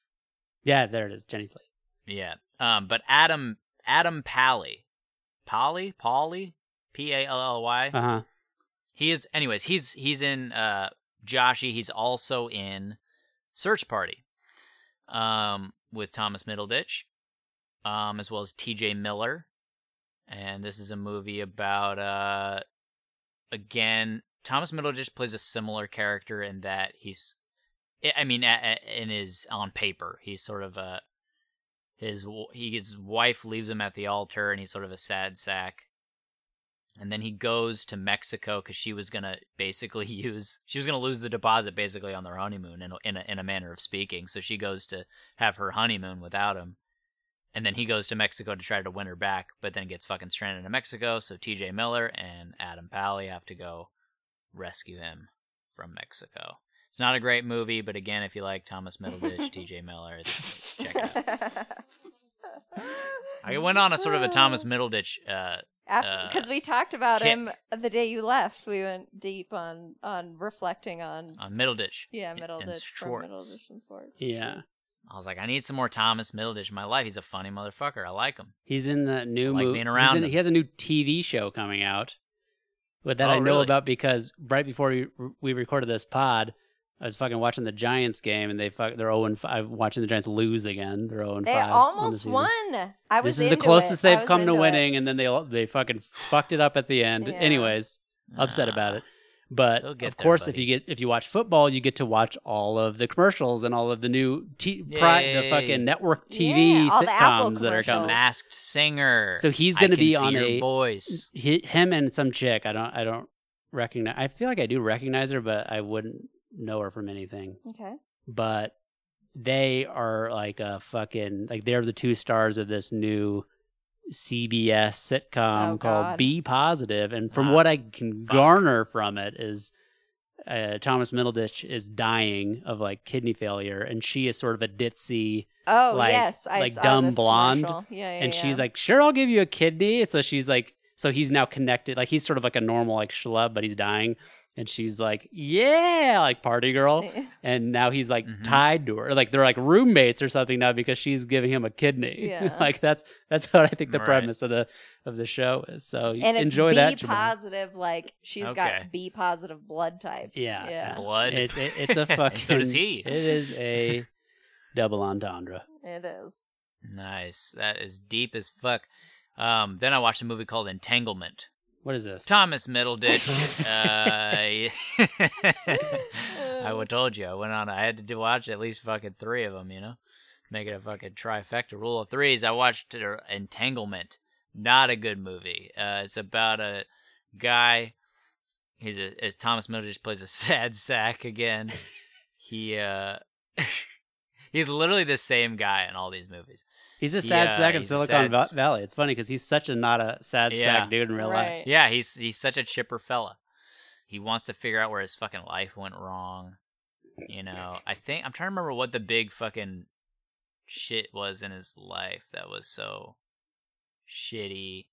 Yeah, there it is, Jenny Slate. Yeah. Um, but Adam Adam Pally. Polly? Polly? P A L L Y. Uh huh. He is anyways, he's he's in uh Joshy, he's also in Search Party. Um with Thomas Middleditch, um, as well as TJ Miller. And this is a movie about uh again, Thomas Middleditch plays a similar character in that he's I- I mean a- a- in his on paper, he's sort of a his w- he his wife leaves him at the altar and he's sort of a sad sack and then he goes to Mexico because she was gonna basically use she was gonna lose the deposit basically on their honeymoon in a, in a, in a manner of speaking. So she goes to have her honeymoon without him, and then he goes to Mexico to try to win her back, but then gets fucking stranded in Mexico. So T.J. Miller and Adam Pally have to go rescue him from Mexico. It's not a great movie, but again, if you like Thomas Middleditch, T.J. Miller, it's, check it out. I went on a sort of a Thomas Ah. Middleditch uh, uh, because we talked about kick. him the day you left. We went deep on on reflecting on on Middleditch. yeah and middle ditch from middle Schwartz. ditch and Schwartz. Yeah, I was like, I need some more Thomas Middleditch in my life. He's a funny motherfucker. I like him. he's in the new like movie. being around him. he has a new TV show coming out, but that Oh, I know really? about because right before we, we recorded this pod, I was fucking watching the Giants game, and they fuck they're zero and five. Watching the Giants lose again, they're zero and They five. on the almost season. won. I was this is the into it. closest I they've was come to into it. winning, and then they they fucking fucked it up at the end. Yeah. Anyways, upset about it. But They'll get of there, course, if buddy. you get if you watch football, you get to watch all of the commercials and all of the new t- pri- the Yay. fucking network TV Yeah, all the Apple sitcoms that are A commercials. coming. masked singer. So he's I going to can be see on your a voice. he, him and some chick. I don't I don't recognize. I feel like I do recognize her, but I wouldn't know her from anything. Okay. But they are like a fucking like they're the two stars of this new CBS sitcom Oh, called God. Be Positive, and from Ah, what I can fuck. garner from it is uh, Thomas Middleditch is dying of like kidney failure, and she is sort of a ditzy, Oh like- yes, I like saw dumb this blonde, commercial. Yeah, yeah, and yeah. she's like, "Sure, I'll give you a kidney." And so she's like, so he's now connected, like he's sort of like a normal like schlub, but he's dying, and she's like, "Yeah, like "Oh, party girl," and now he's like Mhm. tied to her, like they're like roommates or something now because she's giving him a kidney. Yeah. like that's that's what I think the Right. premise of the of the show is. So you and it's enjoy B that. Jamal. positive. Like she's Okay. got B positive blood type. Yeah, Yeah. Blood. It's it, it's a fucking. so does he. It is a double entendre. It is. Nice. That is deep as fuck. Um, then I watched a movie called Entanglement. What is this? Thomas Middleditch. uh, I would told you I went on. I had to do- watch at least fucking three of them. You know, make it a fucking trifecta rule of threes. I watched uh, Entanglement. Not a good movie. Uh, it's about a guy. He's a, it's Thomas Middleditch plays a sad sack again. He uh, he's literally the same guy in all these movies. He's a sad Yeah, sack in he's a Silicon sad Va- s- Valley. It's funny because he's such a not a sad Yeah. sack dude in real life. right. Yeah, he's he's such a chipper fella. He wants to figure out where his fucking life went wrong. You know, I think I'm trying to remember what the big fucking shit was in his life that was so shitty.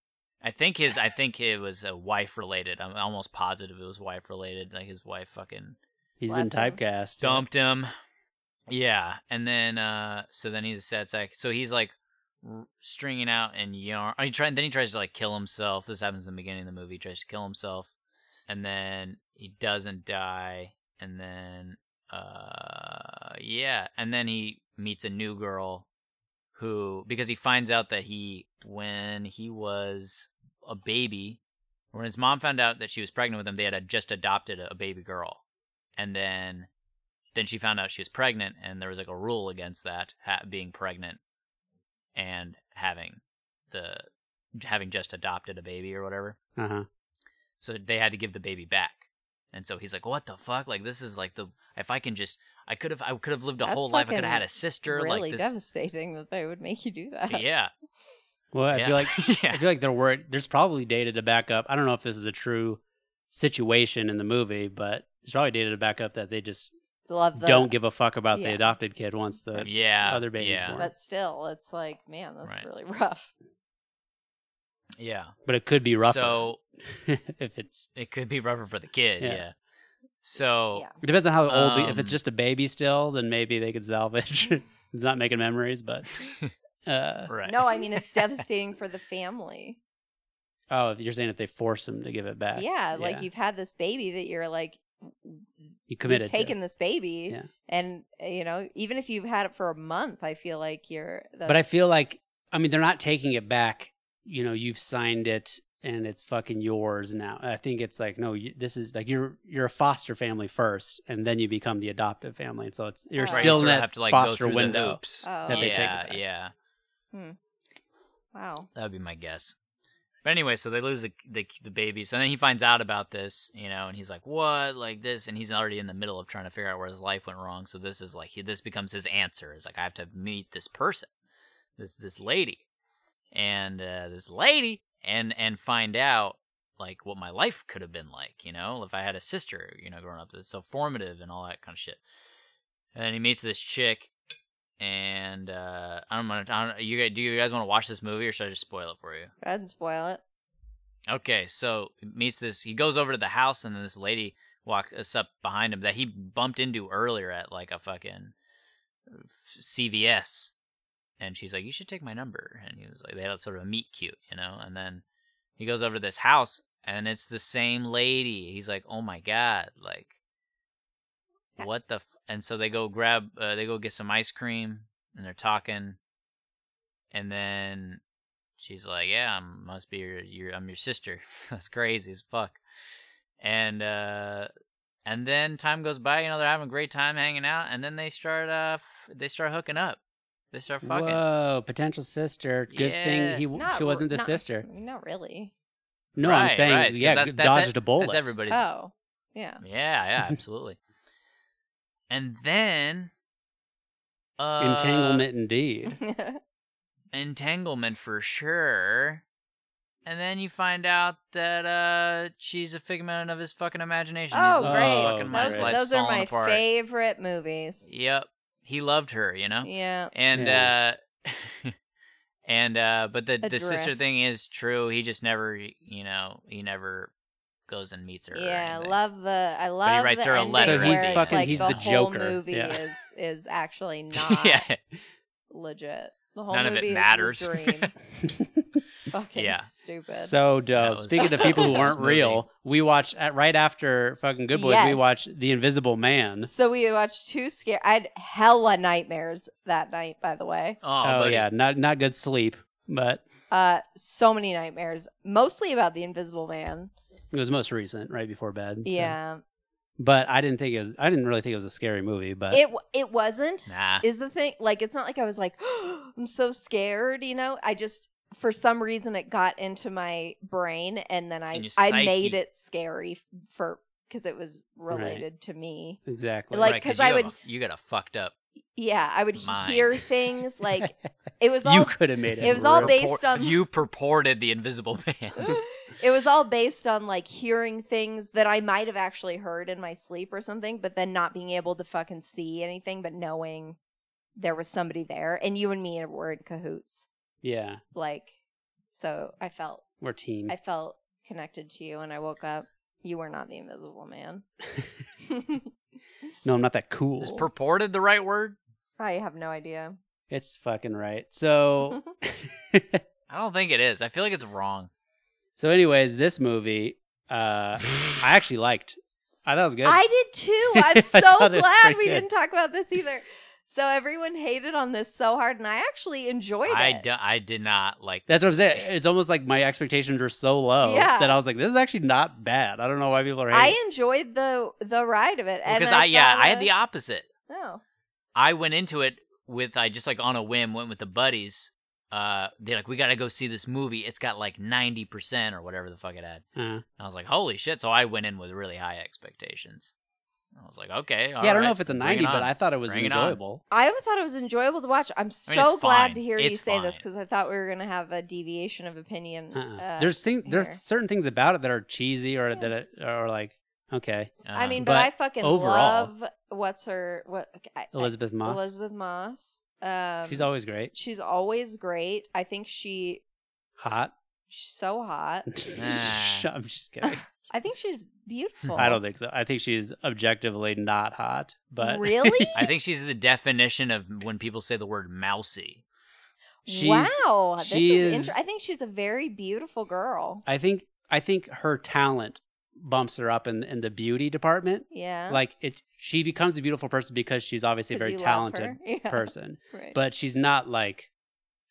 I think his I think it was a wife related. I'm almost positive it was wife related. Like his wife fucking He's been Left him. typecast. dumped him. Yeah, and then uh so then he's a sad sack. So he's like r- stringing out and yarn. He try, then he tries to like kill himself. This happens in the beginning of the movie. He tries to kill himself, and then he doesn't die. And then uh yeah, and then he meets a new girl who because he finds out that he when he was a baby when his mom found out that she was pregnant with him they had uh, just adopted a a baby girl and then then she found out she was pregnant and there was like a rule against that ha- being pregnant and having the having just adopted a baby or whatever Uh huh. so they had to give the baby back and so he's like what the fuck like this is like the if i can just i could have i could have lived a That's whole life i could have had fucking a sister really like this devastating that they would make you do that. yeah Well, I yeah. feel like I yeah feel like there were there's probably data to back up. I don't know if this is a true situation in the movie, but there's probably data to back up that they just Love that. don't give a fuck about the yeah. adopted kid once the yeah other baby's yeah, born. But still, it's like, man, that's Right. really rough. yeah but it could be rougher so if it's it could be rougher for the kid Yeah. yeah, so Yeah. It depends on how old. the if Um, it's just a baby still, then maybe they could salvage. it's not making memories, but uh, right No, I mean it's devastating for the family. oh, if you're saying if they force them to give it back, Yeah, like Yeah. you've had this baby that you're like you you've committed. to it. taken this baby, Yeah. and uh, you know, even if you've had it for a month, I feel like you're. That's, but I feel like I mean they're not taking it back. You know, you've signed it and it's fucking yours now. I think it's like no, you, this is like you're you're a foster family first, and then you become the adoptive family, and so it's you're Right, you still in sort of that have to, like, go foster through the window. hoops Oh. that they take yeah, it back. yeah. wow, That would be my guess. But anyway, so they lose the, the the baby. So then he finds out about this, you know, and he's like, "What? Like this?" And he's already in the middle of trying to figure out where his life went wrong. So this is like he, this becomes his answer. Is like I have to meet this person, this this lady, and uh, this lady, and and find out like what my life could have been like, you know, if I had a sister, you know, growing up that's so formative and all that kind of shit. And then he meets this chick, and uh, I don't want to. You guys, do you guys want to watch this movie, or should I just spoil it for you? go ahead and spoil it. Okay, so he meets this. He goes over to the house, and then this lady walks up behind him that he bumped into earlier at like a fucking uh, CVS, and she's like, "You should take my number." And he was like, "They had sort of a meet cute, you know." And then he goes over to this house, and it's the same lady. He's like, "Oh my god!" Like, what the? F-? And so they go grab, uh, they go get some ice cream, and they're talking, and then she's like, "Yeah, I must be your, your I'm your sister. That's crazy as fuck." And uh, and then time goes by. You know, they're having a great time hanging out, and then they start uh, f- they start hooking up. They start fucking. Whoa, potential sister. Good Yeah. thing he Not she wasn't the not- sister. Not really. No, I'm Right, saying right, 'cause yeah, that's- good- that's- dodged a bullet. That's everybody's. Oh, yeah. Yeah, yeah, absolutely. and then uh, Entanglement indeed. entanglement for sure. and then you find out that uh, she's a figment of his fucking imagination. He's Oh, lost his great. Fucking mind. His Those, life's those are falling my apart. favorite movies. Yep, he loved her, you know. Yeah. And Yeah. uh, and uh, but the the sister Adrift. thing is true. He just never, you know, he never goes and meets her. or Yeah, anything. love the I love. writes the her a ending letter where So he's it's fucking- like he's the, the whole Joker. Movie Yeah. is is actually not yeah, legit. The whole None of movie it is a matters. dream. fucking Yeah. stupid. So dope. was- Speaking of people who that aren't was movie. real, we watched at, right after fucking Good Boys. We Yes. watched The Invisible Man. So we watched two scare. I had hella nightmares that night. By the way, Oh, Oh, buddy. yeah, not not good sleep, but uh, so many nightmares, mostly about the Invisible Man. it was most recent, right before bed. so- Yeah, but I didn't think it was. I didn't really think it was a scary movie, but it w- it wasn't. Nah. Is the thing like it's not like I was like I'm so scared, you know? I just for some reason it got into my brain, and then In I your I made psyche. it scary f- for because it was related to me. exactly like, Right, 'cause you I have would- a f- you got a fucked up. Yeah, I would Mine. hear things like it was all you could have made it. it was all real. based on- you purported the Invisible Man. it was all based on like hearing things that I might have actually heard in my sleep or something, but then not being able to fucking see anything, but knowing there was somebody there, and you and me were in cahoots. Yeah, Like, so I felt we're team. I felt connected to you, and I woke up. You were not the Invisible Man. no, I'm not that cool. Is purported the right word? I have no idea. it's fucking right. Mm-hmm. So I don't think it is. I feel like it's wrong. so, anyways, this movie uh I actually liked. I thought it was good. I did too. I I'm so thought it was glad pretty we good. didn't talk about this either. So everyone hated on this so hard, and I actually enjoyed it. I, do, I did not like That's what I'm saying. It's almost like my expectations were so low Yeah. that I was like, "This is actually not bad." I don't know why people are. Hating. I enjoyed the the ride of it, and because I, yeah thought, oh, I had uh, the opposite. no. I went into it with I just like on a whim went with the buddies. Uh, they're like, we gotta go see this movie. It's got like ninety percent or whatever the fuck it had. Uh, And I was like, holy shit! So I went in with really high expectations. I was like, okay, all yeah, I don't right, know if it's a bring it 90, but on. Uh-huh. I thought it was Bring it on. enjoyable. I thought it was enjoyable to watch. I'm so it's glad fine. to hear you It's say this fine. because I thought we were gonna have a deviation of opinion. Uh-uh. uh, there's things, here. there's certain things about it that are cheesy or Yeah. Eh, that it, or like okay, I Uh, mean, but, but I fucking overall- love what's her what I, Elizabeth I, Moss. Elizabeth Moss. Um, She's always great, she's always great. I think she hot. she's so hot. Ah. I'm just kidding. I think she's beautiful. I don't think so. I think she's objectively not hot, but really. I think she's the definition of when people say the word mousy. she's. wow, this she is. is- inter- I think she's a very beautiful girl. I think I think her talent bumps her up in in the beauty department. Yeah, Like it's she becomes a beautiful person because she's obviously a 'Cause very you love talented her. Yeah, person. right. But she's not like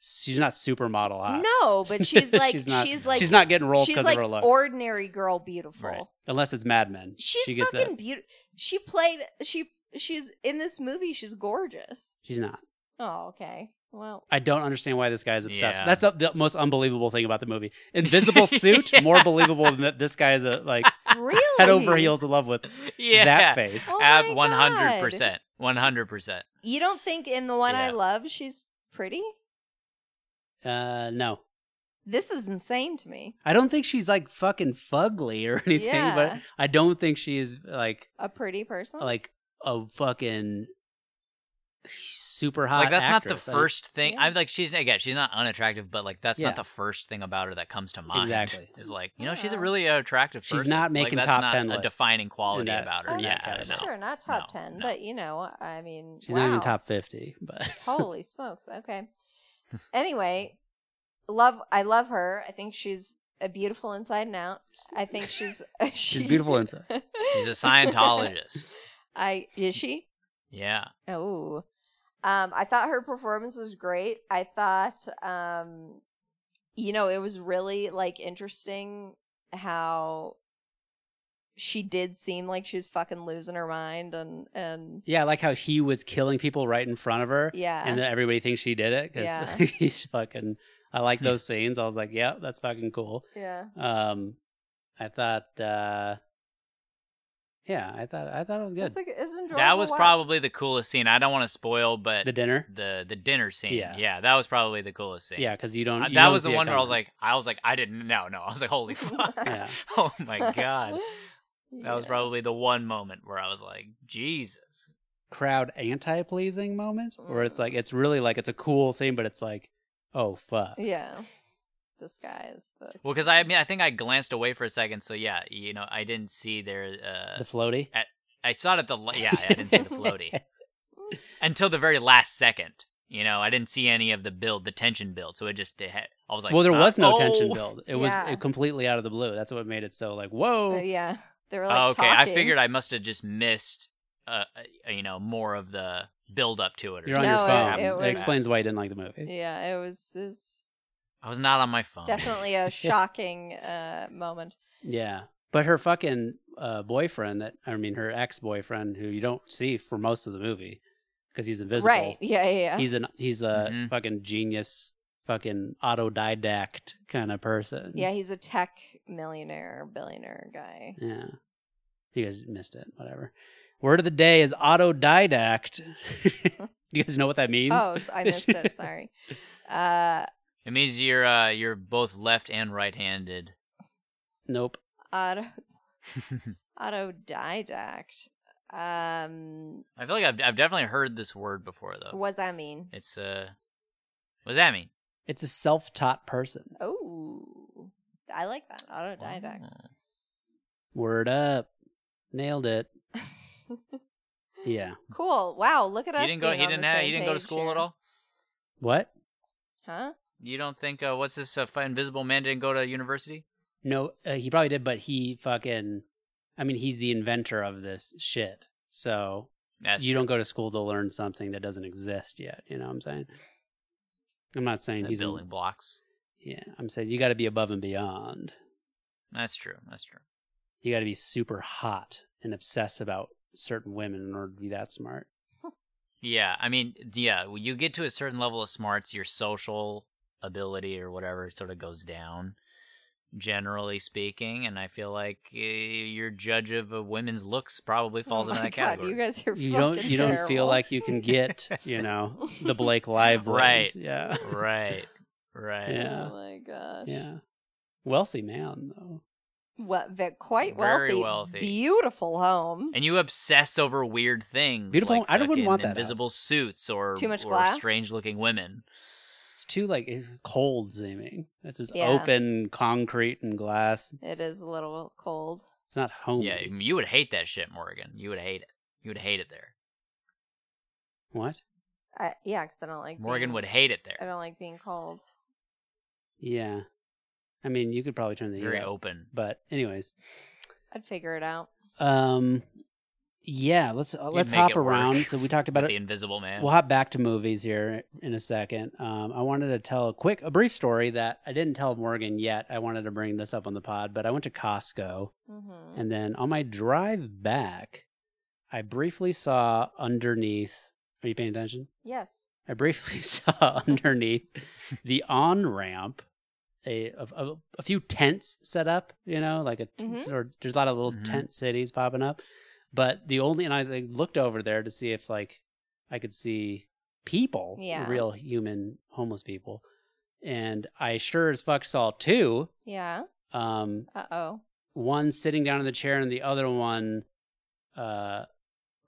she's not supermodel hot. No, but she's like she's, she's not. like she's not getting roles she's because like of her looks, ordinary girl beautiful. Right. unless it's Mad Men. She's she gets fucking that. beautiful. She played she she's in this movie. She's gorgeous. She's not. Oh, okay. Well, I don't understand why this guy is obsessed. Yeah. That's the- the most unbelievable thing about the movie. Invisible suit, more believable than that this guy is a, like really, head over heels in love with Yeah, that face. Oh at my one hundred percent, one hundred percent. You don't think in the one I Yeah. love she's pretty? Oh. Uh, no, This is insane to me. I don't think she's like fucking fugly or anything. Yeah. But I don't think she is like A pretty person. like a fucking super hot. Like that's actress. not I- the first thing. Yeah. I'm like she's again, she's not unattractive, but like that's Yeah. not the first thing about her that comes to mind. Exactly. is like you know she's a Yeah. really attractive. She's person. not Like, making that's top not a 10 lists definity quality that- about her. Oh, in that yeah, category. no. Sure, not top No, ten, no. but you know, I mean, She's not even wow. top fifty. But Holy smokes. Okay. Anyway, love I love her. I think she's a beautiful inside and out. I think she's she's she- beautiful inside. She's a Scientologist. I is she? yeah, Oh. Um I thought her performance was great. I thought um you know, it was really like interesting how she did seem like she was fucking losing her mind and and Yeah, I like how he was killing people right in front of her. yeah. and then everybody thinks she did it because Yeah. he's fucking. I like those scenes. I was like, yeah, that's fucking cool. yeah. Um, I thought, uh, Yeah, I thought I thought it was good. It's, like, it's enjoyable. That was watch. probably the coolest scene. I don't want to spoil, but the the, dinner. the dinner scene. Yeah. Yeah. that was probably the coolest scene. Yeah, because you don't. I- you Uh, that don't was the see it one where I was coming. like, I was like, I didn't know. No, I was like, holy fuck! Yeah. oh my god, that was Yeah. probably the one moment where I was like, Jesus. crowd anti-pleasing moment, where it's Mm. like it's really like it's a cool scene, but it's like, oh fuck. Yeah. This guy is book. Well, because I, I mean, I think I glanced away for a second, so yeah, you know, I didn't see their. Uh, The floaty. I saw it at the la- yeah, I didn't see the floaty until the very last second. You know, I didn't see any of the build, the tension build. So it just it had, I was like, well, there uh, was no oh! tension build. It was Yeah. it completely out of the blue. That's what made it so like, whoa. But yeah. They were like, Oh, okay, I talking. figured I must have just missed, uh, uh, you know, more of the build up to it. Or You're on something. No, your it- phone. it It, was- explains why you didn't like the movie. Yeah, it was, it was I was not on my phone. definitely a shocking uh, moment. Yeah. But her fucking uh, boyfriend that I mean her ex-boyfriend who you don't see for most of the movie because he's invisible. Right. Yeah, yeah, yeah. He's an he's a Mhm. fucking genius fucking autodidact kind of person. yeah, he's a tech millionaire, billionaire guy. Yeah. You guys missed it. Whatever. Word of the day is autodidact. you guys know what that means? Oh, s- I missed it. Sorry. Uh, It means you're uh, you're both left and right handed. Nope. auto, autodidact. Um, I feel like I've I've definitely heard this word before though. what does that mean? It's uh, what does that mean? It's a self-taught person. Oh, I like that. Autodidact. Word up. Nailed it. Yeah. cool. Wow. Look at us. You didn't go. being He on didn't the have. same You didn't go to page school here. at all. What? Huh? You don't think uh, what's this uh, fi- invisible man didn't go to university? No, uh, he probably did, but he fucking I mean, he's the inventor of this shit. So, That's you don't go to school to learn something that doesn't exist yet, you know what I'm saying? I'm not saying the he building didn't. blocks. Yeah, I'm saying you got to be above and beyond. That's true. That's true. You got to be super hot and obsessed about certain women in order to be that smart. Yeah, I mean, yeah, when you get to a certain level of smarts, your social ability or whatever sort of goes down, generally speaking. And I feel like uh, your judge of a women's looks probably falls oh into my that God, category. You guys are You don't fucking you don't feel terrible. like you can get, you know, the Blake Live Right. Yeah. right, right. Yeah. Oh my gosh. Yeah. Wealthy man though. What? ve- quite Very wealthy, wealthy. Beautiful home. And you obsess over weird things. Beautiful- like I wouldn't fucking want that Invisible house. suits or Too much or glass? strange-looking women. It's too like eh, cold seeming. It's just Yeah. open concrete and glass. It is a little cold. It's not homey. Yeah, you would hate that shit, Morgan. You would hate it. You would hate it there. What? I, yeah, because I don't like Morgan being- would hate it I there. don't like being cold. Yeah. I mean, you could probably turn the heat Very up, open. But anyways, I'd figure it out. um, yeah. Let's uh, You'd let's make hop it work around. So we talked about with it. the Invisible Man. We'll hop back to movies here in a second. Um, I wanted to tell a quick, a brief story that I didn't tell Morgan yet. I wanted to bring this up on the pod, but I went to Costco Mm-hmm. and then on my drive back, I briefly saw underneath. Are you paying attention? Yes. I briefly saw underneath the on ramp a, a, a, a few tents set up, you know, like a Mhm. or there's a lot of little Mhm. tent cities popping up. But the only and I like, looked over there to see if like I could see people, Yeah. real human homeless people, and I sure as fuck saw two. Yeah. Um, Uh oh. one sitting down in the chair and the other one, uh,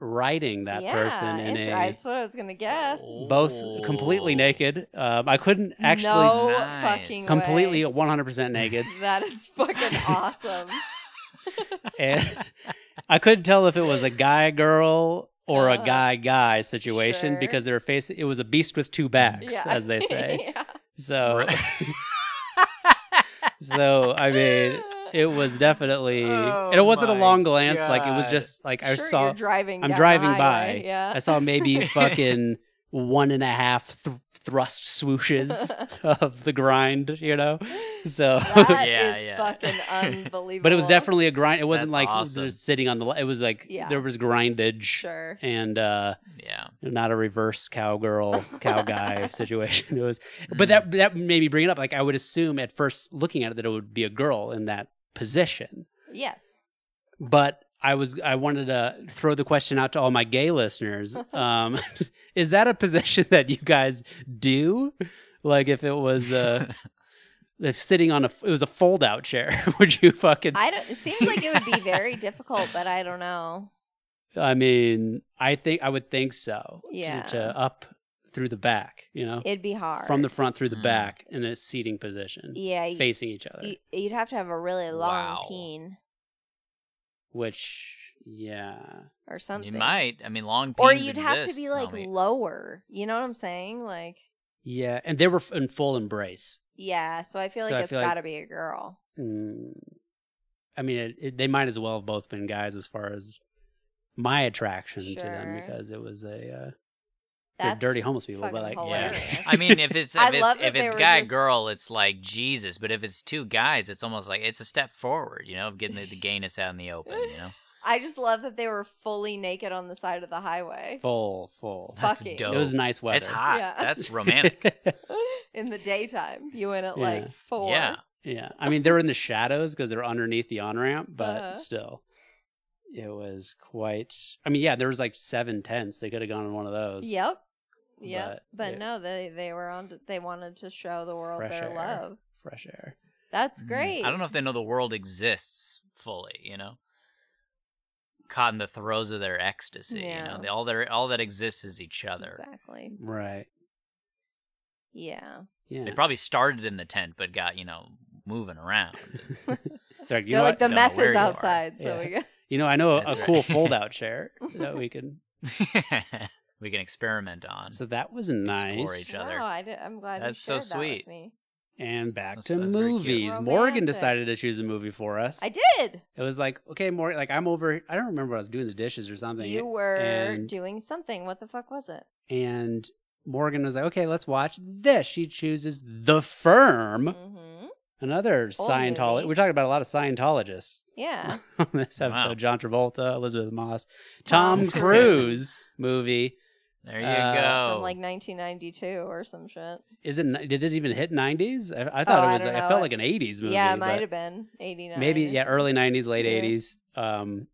riding that yeah, person in int- a That's what I was gonna guess. Oh. both completely naked. Um, I couldn't actually no Nice. fucking completely way. 100% naked. That is fucking awesome. and I couldn't tell if it was a guy girl or a Uh-huh. guy guy situation Sure. because they were facing it was a beast with two backs, Yeah. as they say. yeah. Oh. So, so I mean, it was definitely, and it Oh wasn't a my long glance. Like it was God. just like I Sure, saw you're driving. I'm down the driving highway, by. Yeah. I saw maybe fucking one and a half th- thrust swooshes of the grind, you know? So, That Yeah, is yeah. fucking unbelievable. but it was definitely a grind. It wasn't That's like awesome. just sitting on the, li- it was like Yeah. there was grindage sure. and uh, yeah. not a reverse cowgirl, cow guy situation. It was, but that, that made me bring it up. Like, I would assume at first looking at it that it would be a girl in that position. Yes. But I was I wanted to throw the question out to all my gay listeners. Um, is that a possession that you guys do? Like if it was uh, if sitting on a it was a fold out chair, would you fucking? I don't. It seems like it would be very difficult, but I don't know. I mean, I think I would think so. to- Yeah. To, up through the back, you know, It'd be hard from the front through the Mm. back in a seating position, yeah. you- facing each other. you, you'd have to have a really long Wow. peen which, yeah, or something. You might. I mean, long or peens you'd have to exist, be like homie. lower. You know what I'm saying? Like, yeah, and they were f- in full embrace. yeah. So I feel So like I it's feel like- got to be a girl. Mm, I mean, it, it, they might as well have both been guys as far as my attraction to them Sure. because it was a uh, they're That's dirty homeless people, but fucking like hilarious. yeah. I mean, if it's I if it's love that if they it's were guy just- girl, it's like Jesus. But if it's two guys, it's almost like it's a step forward, you know, of getting the, the gayness out in the open, you know. I just love that they were fully naked on the side of the highway full, full. That's Fucking. dope. It was nice weather. That's hot. Yeah. That's romantic. in the daytime. You went at Yeah. like four. yeah. yeah, I mean they're in the shadows because they're underneath the on ramp, but Uh-huh. still, it was quite. I mean, yeah, there was like seven tents. They could have gone in one of those. Yep. Yep. But But, it- no, they they were on. They wanted to show the world Fresh their air. love. fresh air. That's Mm. great. I don't know if they know the world exists fully, you know. Caught in the throes of their ecstasy, you Yeah. know. They, all their all that exists is each other. Exactly. Right. Yeah. Yeah. They probably started in the tent, but got you know moving around. They're like, you They're know, like what? the Don't know meth where is you are. outside, so Yeah. we go. you know, I know a, That's a right. cool fold out chair that we can. we can experiment on. So that was nice. each other. Wow, I did, I'm glad. That's so you shared that with sweet. me. And back That's- to that's very cute. movies. Morgan Romantic. decided to choose a movie for us. I did. It was like, okay, Morgan, like I'm over. I don't remember what I was doing the dishes or something. You were and- doing something. What the fuck was it? and Morgan was like, okay, let's watch this. She chooses The Firm, Mm-hmm. another Scientologist. movie. We're talking about a lot of Scientologists Yeah. on this episode. Wow. John Travolta, Elizabeth Moss, Tom Tom Cruise movie. There you Uh, go. From like 1992 or some shit. Is it? ni- Did it even hit 90s? I, I thought Oh, it I was. don't I, know. felt like an 80s movie. yeah, it but- might have been 89. maybe yeah early 90s late Yeah. 80s um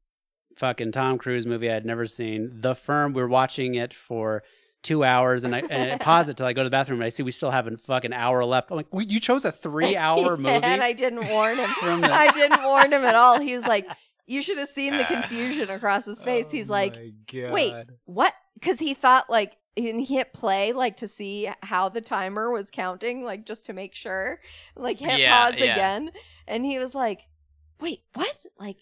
fucking tom cruise movie i'd never seen the firm we were watching it for two hours and i and I pause it till i go to the bathroom and i see we still have a fucking hour left i'm like "Wait, you chose a three hour Yeah, movie and I didn't warn him. From the- I didn't warn him at all. He was like, "You should have seen the confusion across his face." He's like, "Wait, what?" Because he thought like, and he hit play like to see how the timer was counting, like just to make sure. Like hit Yeah, pause yeah. again, and he was like, "Wait, what? Like,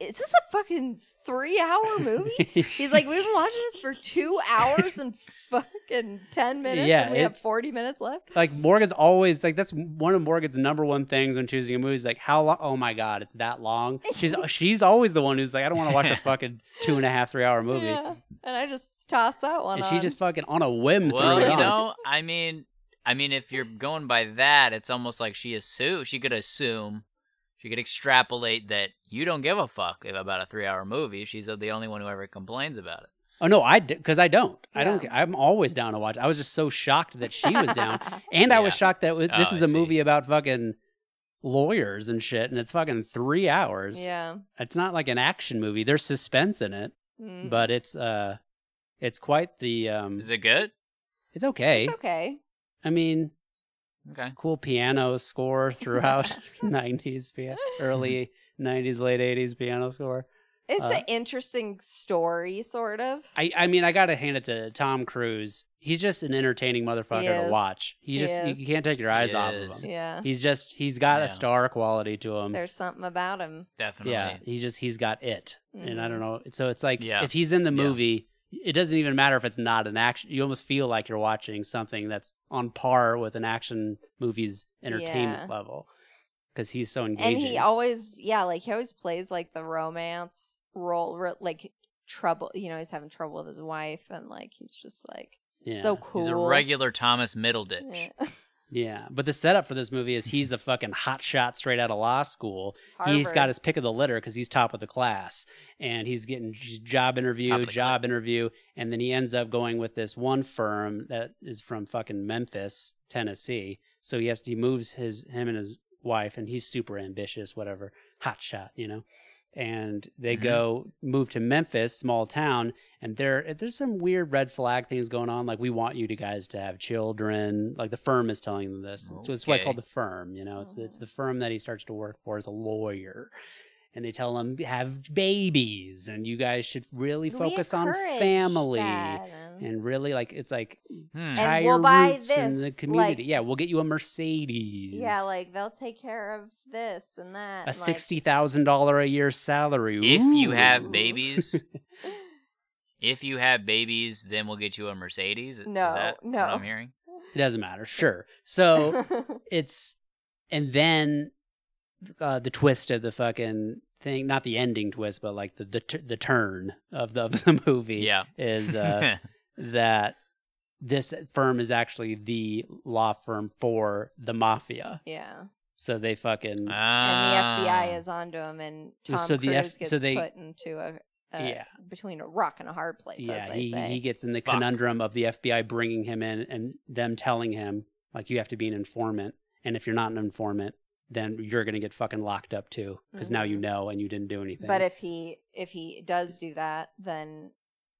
is this a fucking three-hour movie?" He's like, "We've been watching this for two hours and fucking ten minutes, Yeah, and we have it's- forty minutes left." like morgan's always like that's one of morgan's number one things when choosing a movie is like how long oh my god it's that long she's she's always the one who's like i don't want to watch a fucking two and a half three hour movie Yeah, and I just tossed that one. and she on. just fucking on a whim well, threw it you on. know, I mean, I mean, if you're going by that, it's almost like she assume she could assume, she could extrapolate that you don't give a fuck about a three-hour movie. She's the only one who ever complains about it. Oh no, I because I don't. I don't. Yeah. I'm always down to watch. I was just so shocked that she was down, and I was Yeah. shocked that it was, this Oh, is I a see. movie about fucking lawyers and shit, and it's fucking three hours. yeah. It's not like an action movie. There's suspense in it, Mm. but it's uh, it's quite the um. Is it good? it's okay. it's okay. I mean, Okay. cool piano score throughout '90s, pia- early '90s, late '80s piano score. It's Uh, an interesting story, sort of. I, I mean, I gotta hand it to Tom Cruise. He's just an entertaining motherfucker He to is. watch. He He just you- is. you can't take your eyes He off of is. him. yeah, He's just he's got Yeah. a star quality to him. there's something about him. Definitely. yeah, he just he's got it, and Mm-hmm. I don't know. So it's like Yeah. if he's in the Yeah. movie, it doesn't even matter if it's not an action. You almost feel like you're watching something that's on par with an action movie's entertainment Yeah. level because he's so engaging. And he always, yeah, like he always plays like the romance role, ro- like trouble. You know, he's having trouble with his wife, and like he's just like yeah. so cool. He's a regular Thomas Middleditch. Yeah. yeah. But the setup for this movie is he's the fucking hot shot straight out of law school. he's Harvard. got his pick of the litter because he's top of the class and he's getting j- job Top interview of the job interview and then he ends up going with this one firm that is from fucking memphis tennessee so he has he moves his him and his wife and he's super ambitious whatever hot shot you know and they Mhm. go move to Memphis, small town, and there there's some weird red flag things going on. Like we want you to guys to have children. Like the firm is telling them this, so it's why Okay. it's called the firm. You know, it's Oh. it's the firm that he starts to work for as a lawyer. And they tell him have babies, and you guys should really We focus on encourage family, that, and- and really like it's like Hmm. tie we'll your buy roots in the this, community. like- yeah, we'll get you a Mercedes. yeah, like they'll take care of this and that. a and, like- sixty thousand dollar a year salary. If you have Ooh. babies, if you have babies, then we'll get you a Mercedes. Is No, that what no. I'm hearing. it doesn't matter. Sure. So it's and then uh, the twist of the fucking thing, not the ending twist, but like the the, t- the turn of the of the movie Yeah. is uh, that this firm is actually the law firm for the mafia. yeah, So they and the fucking FBI Ah. is onto him, and Yeah, Tom so the Cruise F- gets so they- put into a, a Yeah. between a rock and a hard place. as yeah, they he, say. he gets in the Fuck. conundrum of the FBI bringing him in and them telling him like you have to be an informant, and if you're not an informant, then you're gonna get fucking locked up too because now you Mhm. know and you didn't do anything. But if he if he does do that, then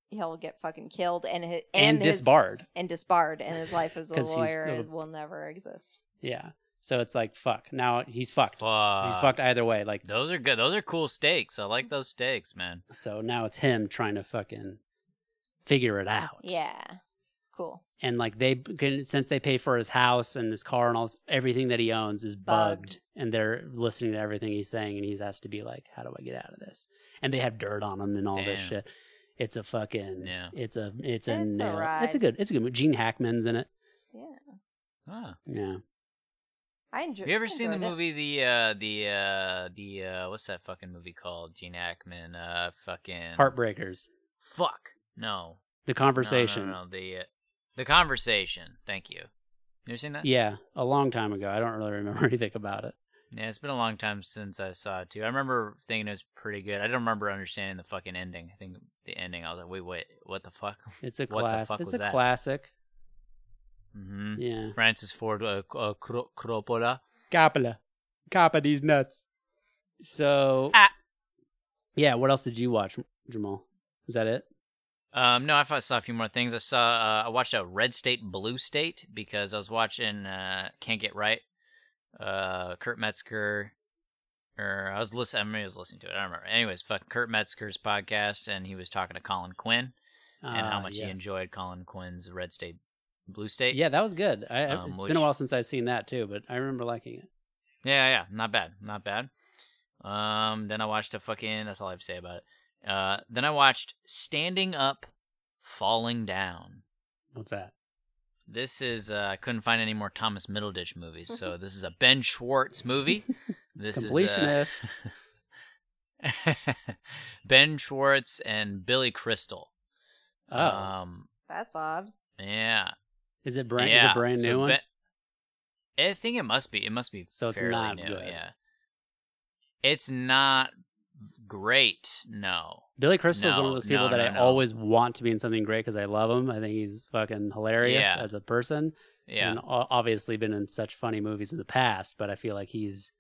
he'll get fucking killed and his, and, his- disbarred, and disbarred, and his life as a 'Cause he's- lawyer uh, is, will never exist. yeah. So it's like fuck. Now he's fucked. Fuck. He's fucked either way. Like Those are good. Those are cool steaks. I like those steaks, man. so now it's him trying to fucking figure it out. Yeah, it's cool. and like they since they pay for his house and his car and all this, everything that he owns is bugged, Bugged. and they're listening to everything he's saying and he's has to be like how do i get out of this and they have dirt on him and all this Damn. shit it's a fucking Yeah. it's a it's a It's a nail. it's a ride. good it's a good movie gene hackman's in it Yeah, Ah. yeah I enjoy. Have you ever I seen the enjoyed it. movie the uh the uh the uh what's that fucking movie called? Gene Hackman uh fucking heartbreakers Fuck. No. the No, conversation No, no, no. The uh, the conversation. Thank you. You ever seen that? yeah a long time ago i don't really remember anything about it Yeah, it's been a long time since I saw it too. I remember thinking it was pretty good. I don't remember understanding the fucking ending. I think the ending I was like, wait, wait, what the fuck? it's a What the class fuck it's was a that? classic hmm yeah Francis Ford uh, C- uh, Cro- Coppola. Coppola. Coppa these nuts. So Ah. yeah, what else did you watch, Jamal? Is that it? Um, no, I fi- saw a few more things. I saw uh, I watched a Red State Blue State because I was watching uh, Can't Get Right, uh, Kurt Metzger, or I was listening. I mean, I was listening to it. I don't remember. Anyways, fucking Kurt Metzger's podcast, and he was talking to Colin Quinn and how Ah, much he yes. enjoyed Colin Quinn's Red State Blue State. Yeah, that was good. I, I- Um, it's which- been a while since I've seen that too, but I remember liking it. Yeah, yeah, not bad, not bad. Um, then I watched a fucking. That's all I have to say about it. Uh, then I watched Standing Up, Falling Down. What's that? This is uh, I couldn't find any more Thomas Middleditch movies, so this is a Ben Schwartz movie. This uh, Completionist. is uh, Ben Schwartz and Billy Crystal. Oh, Um, That's odd. yeah, is it brand? Is yeah. it brand new So one? Ben- I think it must be. It must be. So it's fairly not new. good. Yeah, it's not great. No, Billy Crystal is one of No, those people no, that no, I no. always want to be in something great because I love him. I think he's fucking hilarious Yeah. as a person, yeah, and o- obviously been in such funny movies in the past. But I feel like he's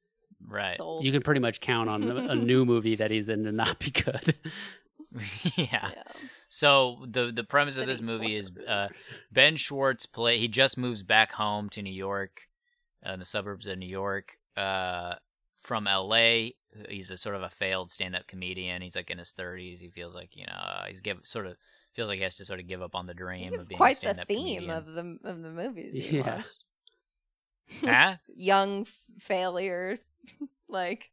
right. It's old. you can pretty much count on a new movie that he's in to not be good. yeah. Yeah. So the the premise of this City movie is slickers. uh, Ben Schwartz play. He just moves back home to New York, uh, in the suburbs of New York, uh, from L.A. He's a sort of a failed stand-up comedian. He's like in his thirties. He feels like you know uh, he's give sort of feels like he has to sort of give up on the You dream give of being a quite the stand-up theme comedian. of the of the movies. You Yeah. watched. Huh? Young f- failure, like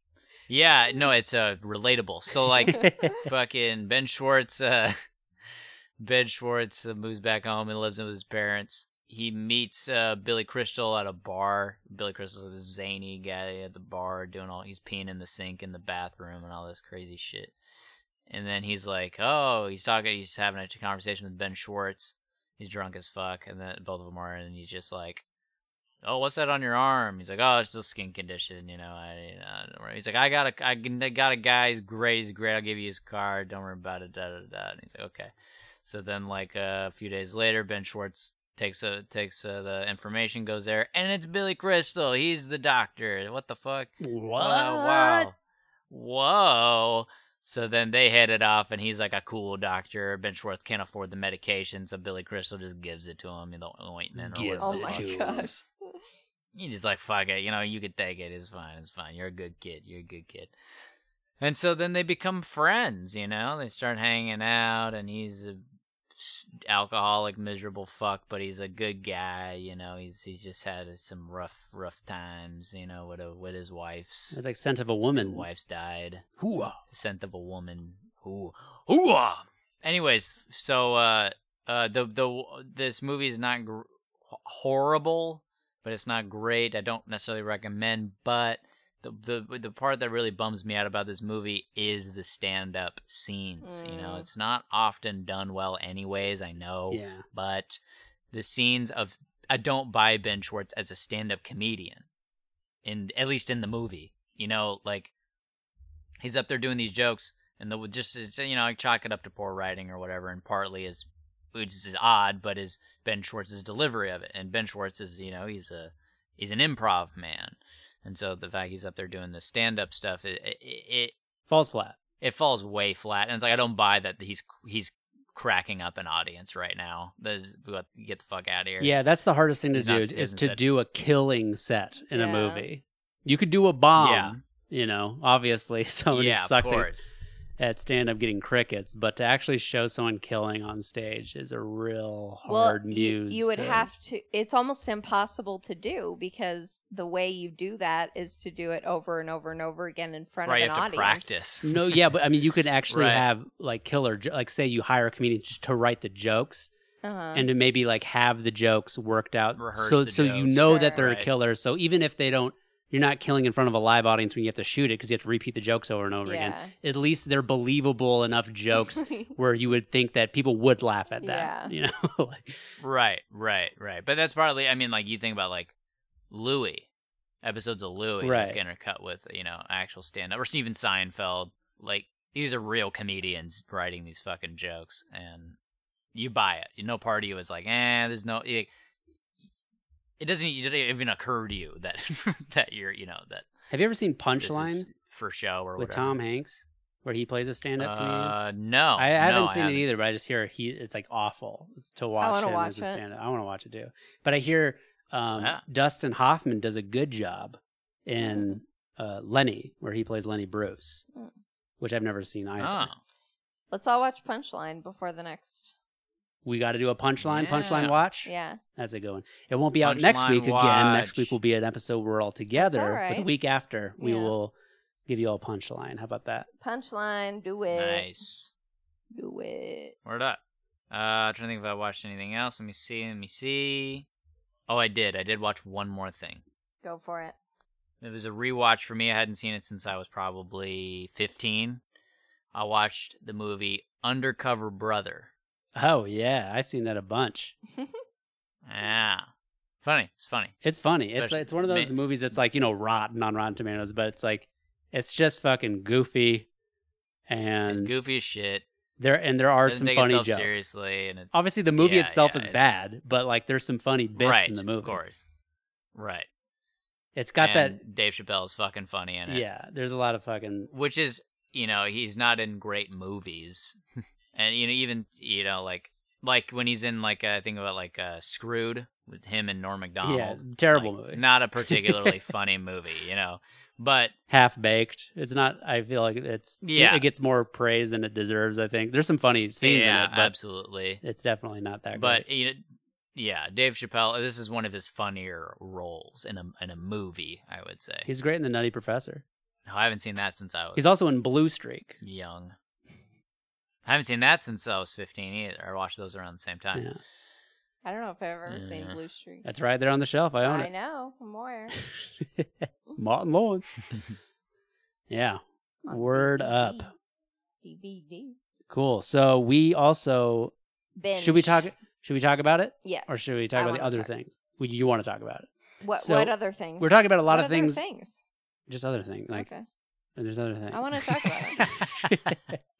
Yeah, no, it's uh, relatable. So like fucking Ben Schwartz. Uh, ben Schwartz uh, moves back home and lives with his parents. He meets uh, Billy Crystal at a bar. Billy Crystal's this zany guy at the bar doing all. He's peeing in the sink in the bathroom and all this crazy shit. And then he's like, "Oh, he's talking. He's having a conversation with Ben Schwartz. He's drunk as fuck, and then both of them are. And he's just like." Oh, what's that on your arm? He's like, oh, it's just skin condition, you know. I, I don't worry. He's like, I got a, I can- I got a guy. He's great. He's great. I'll give you his card. Don't worry about it. Da da da. And he's like, okay. So then, like uh, a few days later, Ben Schwartz takes a takes uh, the information, goes there, and it's Billy Crystal. He's the doctor. What the fuck? Uh, what? Wow, wow. whoa. So then they headed off, and he's like a cool doctor. Benchworth can't afford the medication, so Billy Crystal just gives it to him, the ointment or Gives whatever. Oh the my fuck. to gosh. You just like fuck it, you know. You could take it. It's fine. It's fine. You're a good kid. You're a good kid. And so then they become friends. You know, they start hanging out, and he's a alcoholic, miserable fuck, but he's a good guy. You know, he's he's just had some rough, rough times. You know, with a, with his wife's It's like scent of a his two woman. wife's died. Hooah. The scent of a woman. Who? Hooah! Anyways, so uh, uh, the the this movie is not gr- horrible, but it's not great. I don't necessarily recommend, but. The, the the part that really bums me out about this movie is the stand up scenes. You know, Mm. it's not often done well, anyways. I know Yeah. but the scenes of I don't buy Ben Schwartz as a stand-up comedian, in at least in the movie. You know, like he's up there doing these jokes, and the just it's, you know I chalk it up to poor writing or whatever, and partly is which is odd, but is Ben Schwartz's delivery of it. And Ben Schwartz is you know he's a he's an improv man, and so the fact he's up there doing the stand-up stuff, it it, it Falls flat. it falls way flat and it's like i don't buy that he's he's cracking up an audience right now This- we got- get the fuck out of here Yeah, that's the hardest thing to He's not- do he is hasn't to said- do a killing set in a Yeah. movie. You could do a bomb. Yeah. You know, obviously someone yeah who sucks of at- course at stand up getting crickets, but to actually show someone killing on stage is a real hard y- muse. you would to- have to. It's almost impossible to do because the way you do that is to do it over and over and over again in front right you of an have to audience. practice No, yeah, but I mean, you could actually Right. have like killer, jo- like say you hire a comedian just to write the jokes Uh-huh. and to maybe like have the jokes worked out, Rehearse so the so you jokes. know that Sure. they're a Right. killer. So even if they don't, you're not killing in front of a live audience when you have to shoot it because you have to repeat the jokes over and over again. At least they're believable enough jokes where you would think that people would laugh at that. Yeah. You know, Like, right right right but that's partly i mean like you think about like louis episodes of louis Right. you intercut with you know actual stand-up or steven seinfeld like these are real comedians writing these fucking jokes and you buy it no part of you is like eh there's no like, it doesn't it doesn't even occur to you that that you're you know that have you ever seen this is Punchline for show or with whatever. Tom Hanks where he plays a stand up comedian? Uh, no, I haven't seen either. it either, but I just hear he it's like awful to watch wanna him watch as a it. stand up. I want to watch it too. But I hear um, Yeah. Dustin Hoffman does a good job in uh, Lenny, where he plays Lenny Bruce, Mm. which I've never seen either. Oh, Let's all watch Punchline before the next. We got to do a punchline, Yeah. punchline watch. Yeah. That's a good one. It won't be out next Punchline week again. Next week watch. will be an episode we're all together. all But the right. week after, we Yeah. will give you all a punchline. How about that? Punchline, do it. nice. Do it. Word up. Uh, trying to think if I watched anything else. Let me see. Let me see. Oh, I did. I did watch one more thing. Go for it. It was a rewatch for me. I hadn't seen it since I was probably 15. I watched the movie Undercover Brother. Oh yeah, I've seen that a bunch. Ah, funny. It's funny. It's funny. It's Especially- it's one of those ma- movies that's like you know rotten on Rotten Tomatoes, but it's like it's just fucking goofy, It's and goofy as shit. there and there are Doesn't some take funny itself jokes. seriously, and it's Obviously, the movie Yeah, itself yeah, is it's- bad, but like there's some funny bits right, in the movie. Of course, right. It's got and Dave Chappelle's fucking funny in that. it. Yeah, there's a lot of fucking. which is you know he's not in great movies and you know even you know like like when he's in like uh, think about like uh screwed with him and norm mcdonald Yeah, terrible Like, movie. not a particularly funny movie you know but Half baked. It's not. I feel like it's. Yeah. It, gets more praise than it deserves. I think there's some funny scenes yeah in it, but absolutely it's definitely not that. but great. you know, yeah dave chappelle this is one of his funnier roles in a in a movie i would say he's great in the Nutty Professor. i haven't seen that since i was He's also in Blue Streak. young i haven't seen that since i was 15 either i watched those around the same time Yeah, I don't know if I've ever seen Yeah. Blue Streak. that's right there on the shelf. I own I it. know. I'm aware. Martin Lawrence. yeah. On Word DVD. up. DVD. Cool. So we also should we Binge. talk should we talk about it Yeah. or should we I talk about the wanna other talk. things? Well, you want to talk about it. What So, what other things? We're talking about a lot What of other things, things? just other things. Like okay. there's other things. I want to talk about it.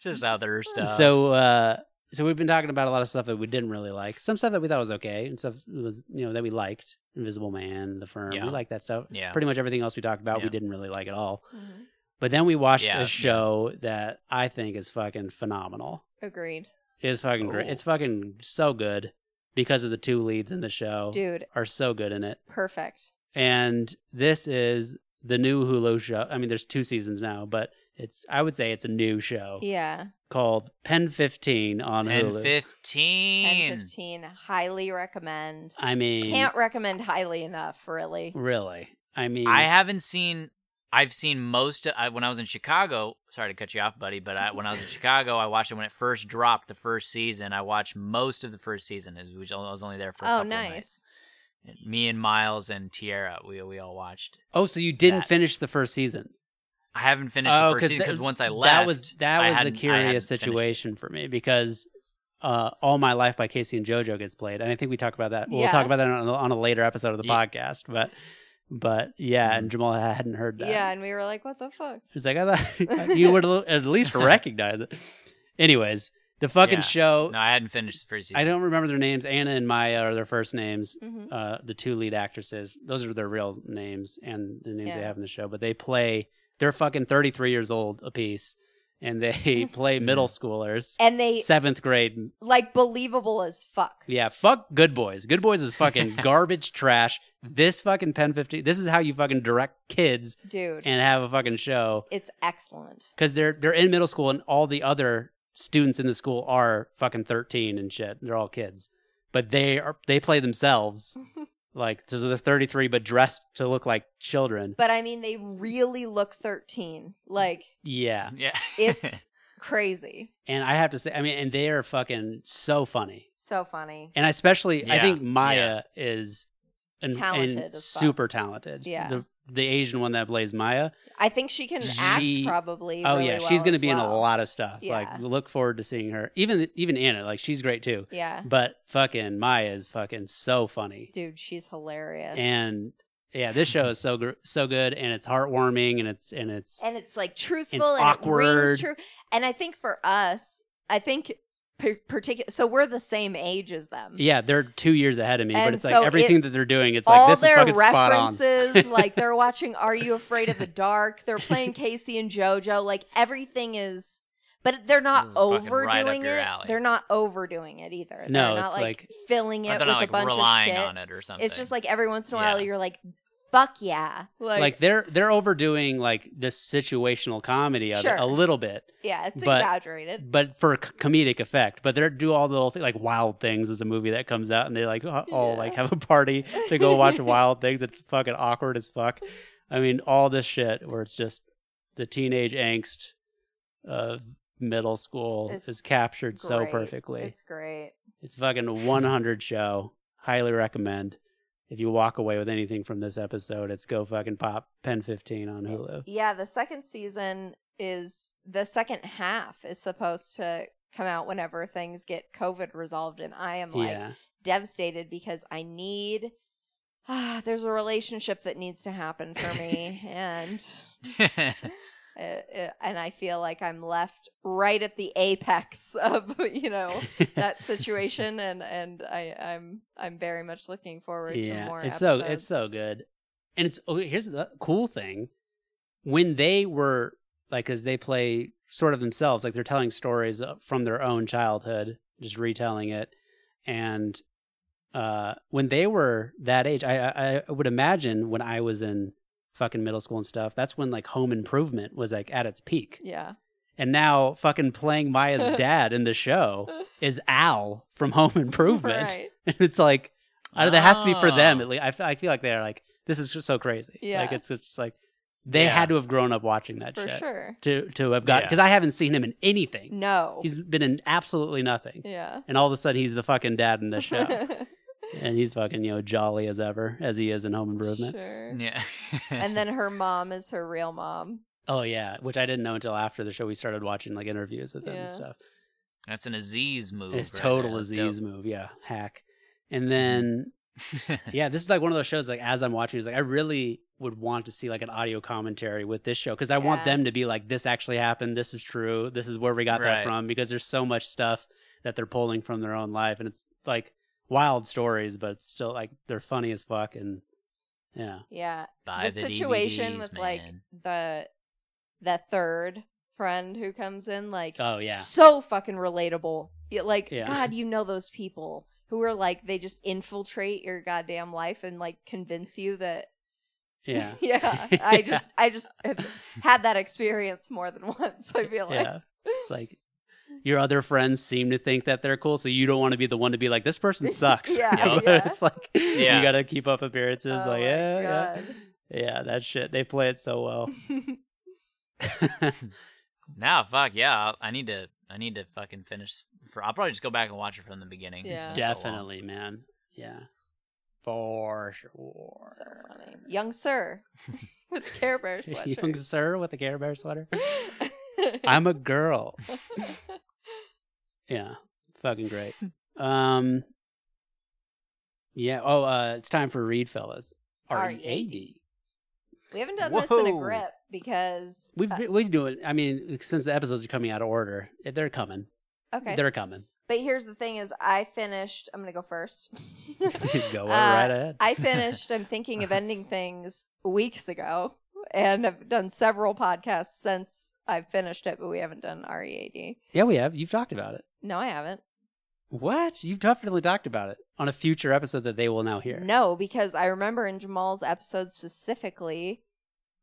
Just other stuff. So uh so we've been talking about a lot of stuff that we didn't really like. Some stuff that we thought was okay and stuff that was you know that we liked. Invisible Man, The Firm. Yeah. We like that stuff. yeah, Pretty much everything else we talked about Yeah. we didn't really like at all. Mhm. But then we watched Yeah, yeah. a show that I think is fucking phenomenal. Agreed. It's fucking great. Ooh. It's fucking so good because of the two leads in the show Dude, are so good in it. perfect. And this is the new Hulu show. I mean, there's two seasons now, but it's I would say it's a new show Yeah. called Pen 15 on Pen Hulu. 15. 10 15. Highly recommend. I mean, Can't recommend highly enough, really. really. I mean, I haven't seen. I've seen most. Of, I, when I was in Chicago, sorry to cut you off, buddy, but I, when I was in Chicago, I watched it when it first dropped the first season. I watched most of the first season. It was, I was only there for. A Oh, couple nice. Nights. And Me and Miles and Tierra, we we all watched. oh, so you didn't that- finish the first season. I haven't finished Oh, the first 'cause season that- because once I left, that was that I hadn't- I was a hadn't curious finished it. situation for me because uh, All My Life by Casey and JoJo gets played, and I think we talk about that. We'll Yeah. talk about that on, a- on a later episode of the Ye- Mm-hmm. podcast, but but yeah, and Jamal hadn't heard that. Yeah, and we were like, what the fuck? He's like, I thought you would at least recognize it. Anyways, the fucking Yeah. show. no, I hadn't finished the first season. I don't remember their names. Anna and Maya are their first names. hmm Uh, the two lead actresses. Those are their real names and the names they Yeah. have in the show. But they play. They're fucking thirty three years old apiece, and they play middle schoolers, And they, seventh grade. like, believable as fuck. Yeah, fuck Good Boys. Good Boys is fucking garbage trash. This fucking Pen Fifty. This is how you fucking direct kids Dude, and have a fucking show it's excellent. because they're they're in middle school and all the other students in the school are fucking 13 and shit they're all kids but they are they play themselves like so they're 33 but dressed to look like children But I mean, they really look 13. Like, yeah Yeah, it's crazy. and i have to say i mean and they are fucking so funny So funny. and especially i Yeah, think maya is an, Talented and as fuck. super talented Yeah. the, the asian one that plays maya I think she can She- act probably. oh really yeah well she's gonna as be in a well. lot of stuff Yeah. like look forward to seeing her even even anna like she's great too Yeah. But fucking Maya is fucking so funny, Dude, she's hilarious. and yeah, this show is so gr- so good, and it's heartwarming, and it's and it's and it's like truthful It's and It awkward. rings true. And I think for us, I think par- particular. So we're the same age as them. yeah, they're two years ahead of me, but And it's so like it- everything that they're doing, it's All like this is their fucking spot on. references, like they're watching "Are You Afraid of the Dark?" They're playing Casey and JoJo. Like everything is, but they're not This is fucking right up overdoing your it. alley. They're not overdoing it either. No, they're not it's like, like- filling it I with thought I a like bunch relying of shit. on it or something. It's just like every once in a while Yeah. you're like, "Fuck yeah!" Like, Like, they're they're overdoing like this situational comedy of Sure. it a little bit, yeah, it's but- exaggerated. but for c- comedic effect. But they are do all the little thing like Wild Things is a movie that comes out, and they like all all, Yeah. like have a party to go watch Wild Things. It's fucking awkward as fuck. I mean, all this shit where it's just the teenage angst of middle school It's is captured so Great. perfectly. It's, It's great. fucking 100 show. Highly recommend. If you walk away with anything from this episode, it's go fucking pop Pen 15 on Hulu. Yeah, the second season is the second half is supposed to come out whenever things get COVID resolved, and I am like yeah. devastated because I need. Ah, there's a relationship that needs to happen for me, and like uh, uh, and I feel like I'm left right at the apex of you know that situation, and and I I'm I'm very much looking forward to more. it's episodes. so it's so good and it's oh here's the cool thing when they were like because they play sort of themselves like they're telling stories uh, from their own childhood just retelling it and uh when they were that age i i, I would imagine when i was in fucking middle school and stuff that's when like home improvement was like at its peak yeah. and now fucking playing maya's dad in the show is al from home improvement Right. and it's like I don't- Uh, that has to be for them Oh. at least. I, f- I feel like they're like this is just so crazy. Yeah. Like it's just like they Yeah. had to have grown up watching that for shit sure. to to have got Yeah. because I haven't seen him in anything. No. He's been in absolutely nothing, yeah. and all of a sudden he's the fucking dad in this show, and he's fucking you know jolly as ever as he is in Home Improvement. Sure. yeah, And then her mom is her real mom. Oh yeah, which I didn't know until after the show we started watching like interviews with him Yeah. and stuff. that's an Aziz move. It's right total there. That's Aziz move, yeah, hack. And then dope. yeah, this is like one of those shows. Like as I'm watching, it's like I really would want to see like an audio commentary with this show because I want Yeah. them to be like, "This actually happened. This is true. This is where we got Right. that from." Because there's so much stuff that they're pulling from their own life, and it's like wild stories, but it's still like they're funny as fuck. And yeah, Yeah. Buy the, situation DVDs, with like man. the the third friend who comes in like Oh, yeah. so fucking relatable Yeah, like Yeah. god you know those people who are like they just infiltrate your goddamn life and like convince you that Yeah. yeah Yeah. i just i just have had that experience more than once i feel like Yeah. It's like your other friends seem to think that they're cool, so you don't want to be the one to be like, this person sucks. Yeah, You know? yeah. It's like, Yeah. you got to keep up appearances. Oh like, my yeah, yeah. God. Yeah, that shit. They play it so well. Now, fuck yeah, I'll- I need to. I need to fucking finish. For I'll probably just go back and watch it from the beginning. It's Yeah. been so long. Definitely, man. Yeah. For sure. so funny young sir with the care bear sweatshirt Young sir with a Care Bear sweater. I'm a girl. Yeah. Fucking great. Um Yeah, oh uh it's time for Read Fellas. R E A D. we haven't done this in a Whoa. grip because We've uh, been, we do it. I mean, since the episodes are coming out of order, eh, they're coming. okay They're coming. But here's the thing is I finished I'm gonna go first. Go Uh, right ahead. I finished I'm thinking of ending things weeks ago and I've done several podcasts since I finished it, but we haven't done READ. yeah, we have. You've talked about it. No, I haven't. What? You've definitely talked about it on a future episode that they will now hear. No, because I remember in Jamal's episode specifically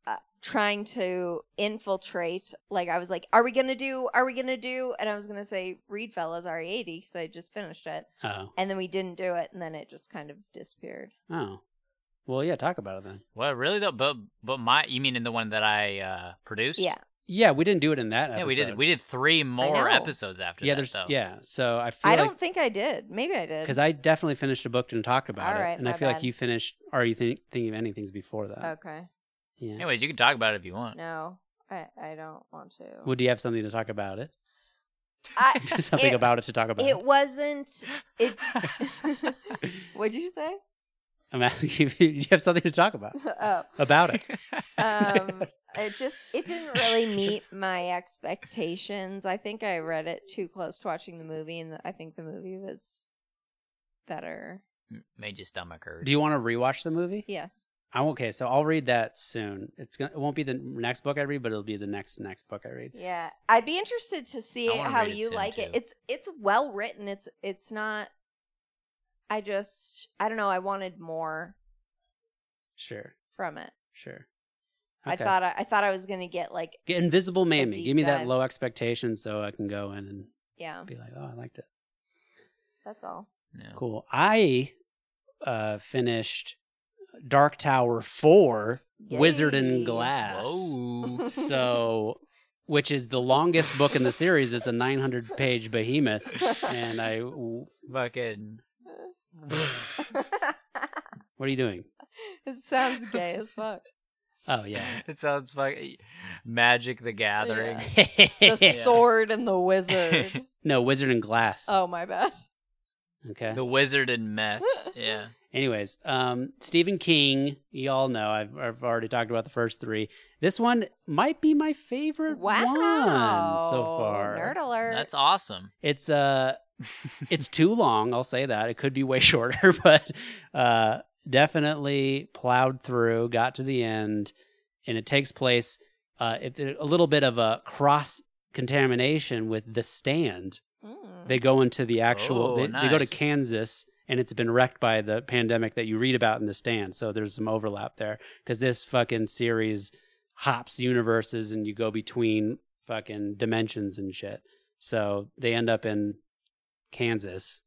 uh, trying to infiltrate. Like I was like, "Are we gonna do? Are we gonna do?" And I was gonna say, "Read fellas READ," because I just finished it, Oh. and then we didn't do it, and then it just kind of disappeared. Oh. Well, yeah, talk about it then. Well, really though, but but my you mean in the one that I uh produced? Yeah. Yeah, we didn't do it in that episode. Yeah, we did. We did three more know. episodes after yeah, that. there's though. yeah. So I feel I like don't think I did. Maybe I did. because I definitely finished a book and talked about All it, right, and I my feel like bad. you finished. Are you think, thinking of anything's before that? okay. yeah. Anyways, you can talk about it if you want. No, I, I don't want to. Well, do you have something to talk about it? I, something it- about it to talk about. it wasn't. It. What'd you say? I'm asking you. You have something to talk about Oh, about it. um, it just it didn't really meet my expectations. I think I read it too close to watching the movie, and I think the movie was better. M- Made your stomach hurt. Do you want to rewatch the movie? Yes. I'm okay. So I'll read that soon. It's gonna. It won't be the next book I read, but it'll be the next next book I read. Yeah, I'd be interested to see I wanna how read it you soon, like it. too. It's it's well written. It's it's not. I just I don't know. I wanted more Sure, from it. sure. I thought I, I thought I was gonna get like Get Invisible Mammy. deep Give me that dive. low expectation so I can go in and yeah. be like, oh, I liked it. That's all. Yeah. Cool. I uh finished Dark Tower Four, Wizard in Yay. Glass. Whoa. So, which is the longest book in the series. It's a 900 page behemoth, and I. What Fucking. are you doing? it sounds gay as fuck. Oh yeah. It sounds fucking Magic the Gathering. The sword and the wizard. no, Wizard in Glass. Oh my bad. Okay. The Wizard and Meth. Yeah. Anyways, um, Stephen King, you all know I've, I've already talked about the first three. This one might be my favorite Wow. one so far. Nerd alert. That's awesome. It's uh, it's too long. I'll say that it could be way shorter, but uh, definitely plowed through, got to the end, and it takes place uh, it, a little bit of a cross contamination with the stand Mm. Hmm. they go into the actual Oh, they, they go to nice. kansas and it's been wrecked by the pandemic that you read about in the stand so there's some overlap there because this fucking series hops universes and you go between fucking dimensions and shit so they end up in kansas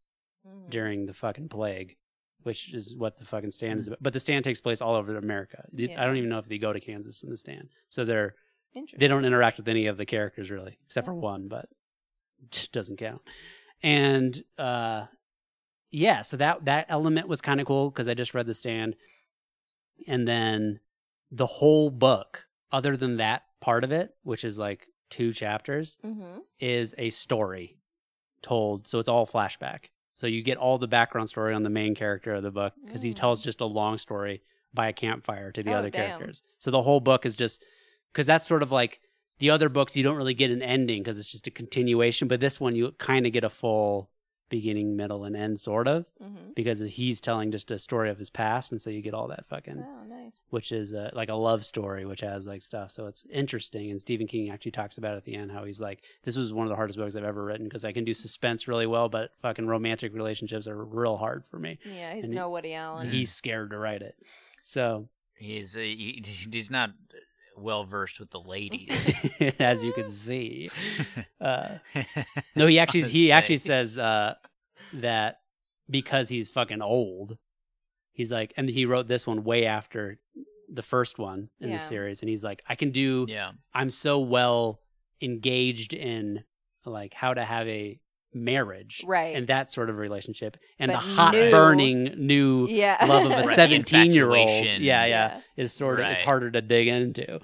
Mm. during the fucking plague which is what the fucking stand Hmm. is about but the stand takes place all over america The- i Yeah. don't even know if they go to kansas in the stand so they're Interesting. they don't interact with any of the characters really except for one but doesn't count and uh yeah so that that element was kind of cool because i just read the stand and then the whole book other than that part of it which is like two chapters Mm-hmm. is a story told so it's all flashback so you get all the background story on the main character of the book because he Mm. tells just a long story by a campfire to the Oh, other damn. characters so the whole book is just because that's sort of like the other books you don't really get an ending because it's just a continuation but this one you kind of get a full beginning, middle, and end, sort of, Mm-hmm. because he's telling just a story of his past, and so you get all that fucking, Oh, nice. which is uh, like a love story, which has like stuff. So it's interesting. And Stephen King actually talks about at the end how he's like, this was one of the hardest books I've ever written because I can do suspense really well, but fucking romantic relationships are real hard for me. Yeah, he's And he- no Woody Allen. he- He's scared to write it. So He's uh, he, he's not well versed with the ladies. as you can see, uh, no, he actually his he actually face. says uh, that because he's fucking old, he's like, and he wrote this one way after the first one in Yeah. the series, and he's like, I can do, yeah, I'm so well engaged in like how to have a marriage right. and that sort of relationship, and But the hot new- burning new yeah. love of a Right, seventeen year old, infatuation. yeah, yeah, is sort of it's Right. harder to dig into.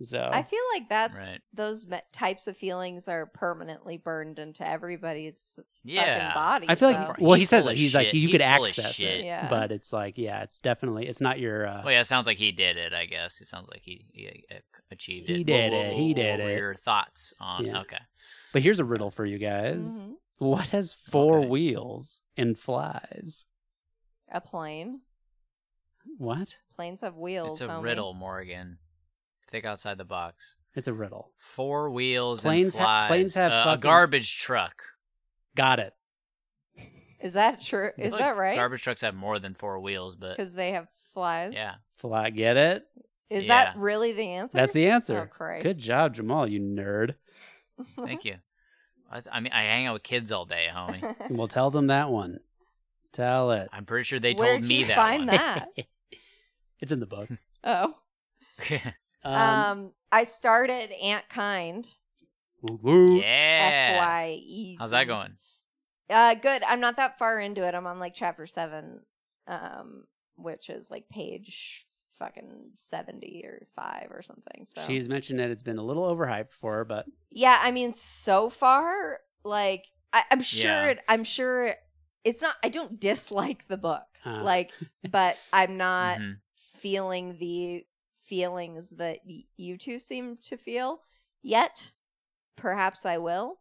So I feel like that right. those me- types of feelings are permanently burned into everybody's fucking Yeah, body. I feel though. like well, he He's says full that of he's like shit. you He's could full of access it, shit. Yeah. but it's like yeah, it's definitely it's not your. Uh, Well, Oh, yeah, it sounds like he did it. I guess it sounds like he, he uh, achieved it. He Whoa, did whoa, it, whoa, he whoa, did what were it. Your thoughts on Yeah. okay? But here's a riddle for you guys: Mhm. What has four Okay. wheels and flies? a plane. What? Planes have wheels. It's a homie. riddle, Morgan. Think outside the box. It's a riddle. Four wheels Planes and ha- flies. planes have Uh, a fucking- garbage truck. Got it. Is that true? I Is feel that like right? Garbage trucks have more than four wheels, but Because they have flies. yeah, Fly. Get it? Is that Yeah. really the answer? That's the Oh answer. Christ! Good job, Jamal. You nerd. thank you. I was- I mean, I hang out with kids all day, homie. Well, tell them that one. Tell it. I'm pretty sure they told Where'd me you that. find one. that? it's in the book. oh. Um, Um, I started Ant Kind. woo-woo. yeah. FYE. How's that going? Uh, good. I'm not that far into it. I'm on like chapter seven, um, which is like page fucking seventy or five or something. So She's mentioned that it's been a little overhyped for her, but yeah. I mean, so far, like I, I'm sure. Yeah. It, I'm sure it's not. I don't dislike the book, Uh. like, but I'm not Mhm. feeling the feelings that y- you two seem to feel yet. Perhaps I will.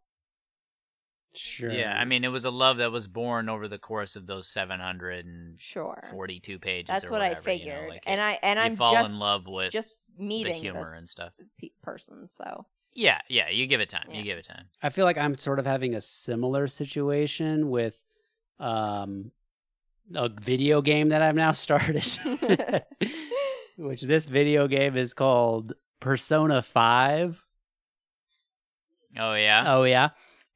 sure. Yeah, I mean, it was a love that was born over the course of those 742 Sure. pages. That's or what I whatever, you know, figured. like and it- I and you I'm fall just in love with just meeting the humor this and stuff. pe- person. So Yeah, yeah. You give it time. Yeah. You give it time. I feel like I'm sort of having a similar situation with um a video game that I've now started. Which this video game is called Persona 5. Oh yeah. Oh yeah.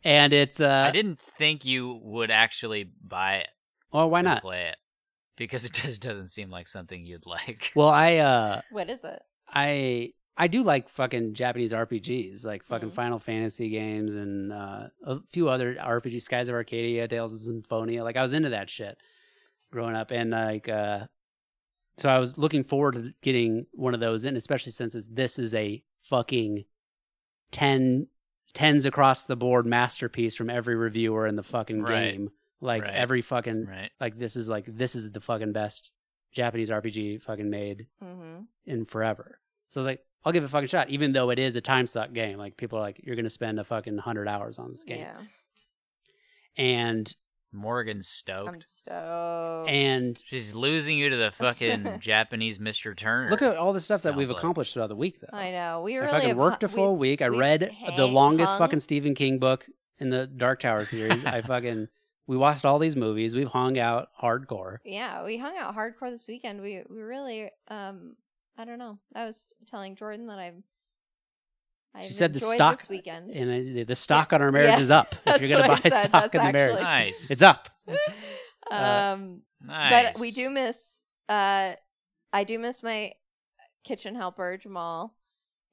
And it's uh I didn't think you would actually buy it. well why or not? play it? Because it just doesn't seem like something you'd like. Well, I uh what is it? I I do like fucking Japanese RPGs, like fucking Mhm. Final Fantasy games and uh, a few other RPGs, Skies of Arcadia, Tales of Symphonia. Like I was into that shit growing up, and like uh, so I was looking forward to getting one of those in, especially since it's, this is a fucking ten tens across the board masterpiece from every reviewer in the fucking Right. game. Like Right. every fucking right. like this is like this is the fucking best Japanese RPG fucking made Mm-hmm. in forever. So I was like, I'll give it a fucking shot, even though it is a time suck game. Like people are like, you're gonna spend a fucking hundred hours on this game, Yeah, and Morgan Stoke. I'm stoked. and She's losing you to the fucking Japanese Mr. Turner. look at all the stuff that Sounds we've like- accomplished throughout the week. uh, Though I know we I really fucking have worked a hu- full week. I we've read the hang- longest hung. fucking Stephen King book in the Dark Tower series. I fucking we watched all these movies. We've hung out hardcore. We, yeah, we hung out hardcore this weekend. We we really um I don't know. I was telling Jordan that I'm. I She said the enjoyed stock- this weekend. And I, the stock on our marriage Yes. is up. If That's you're gonna buy what I said. stock That's in the marriage, actually- nice. it's up. uh, um, nice. but we do miss uh i do miss my kitchen helper jamal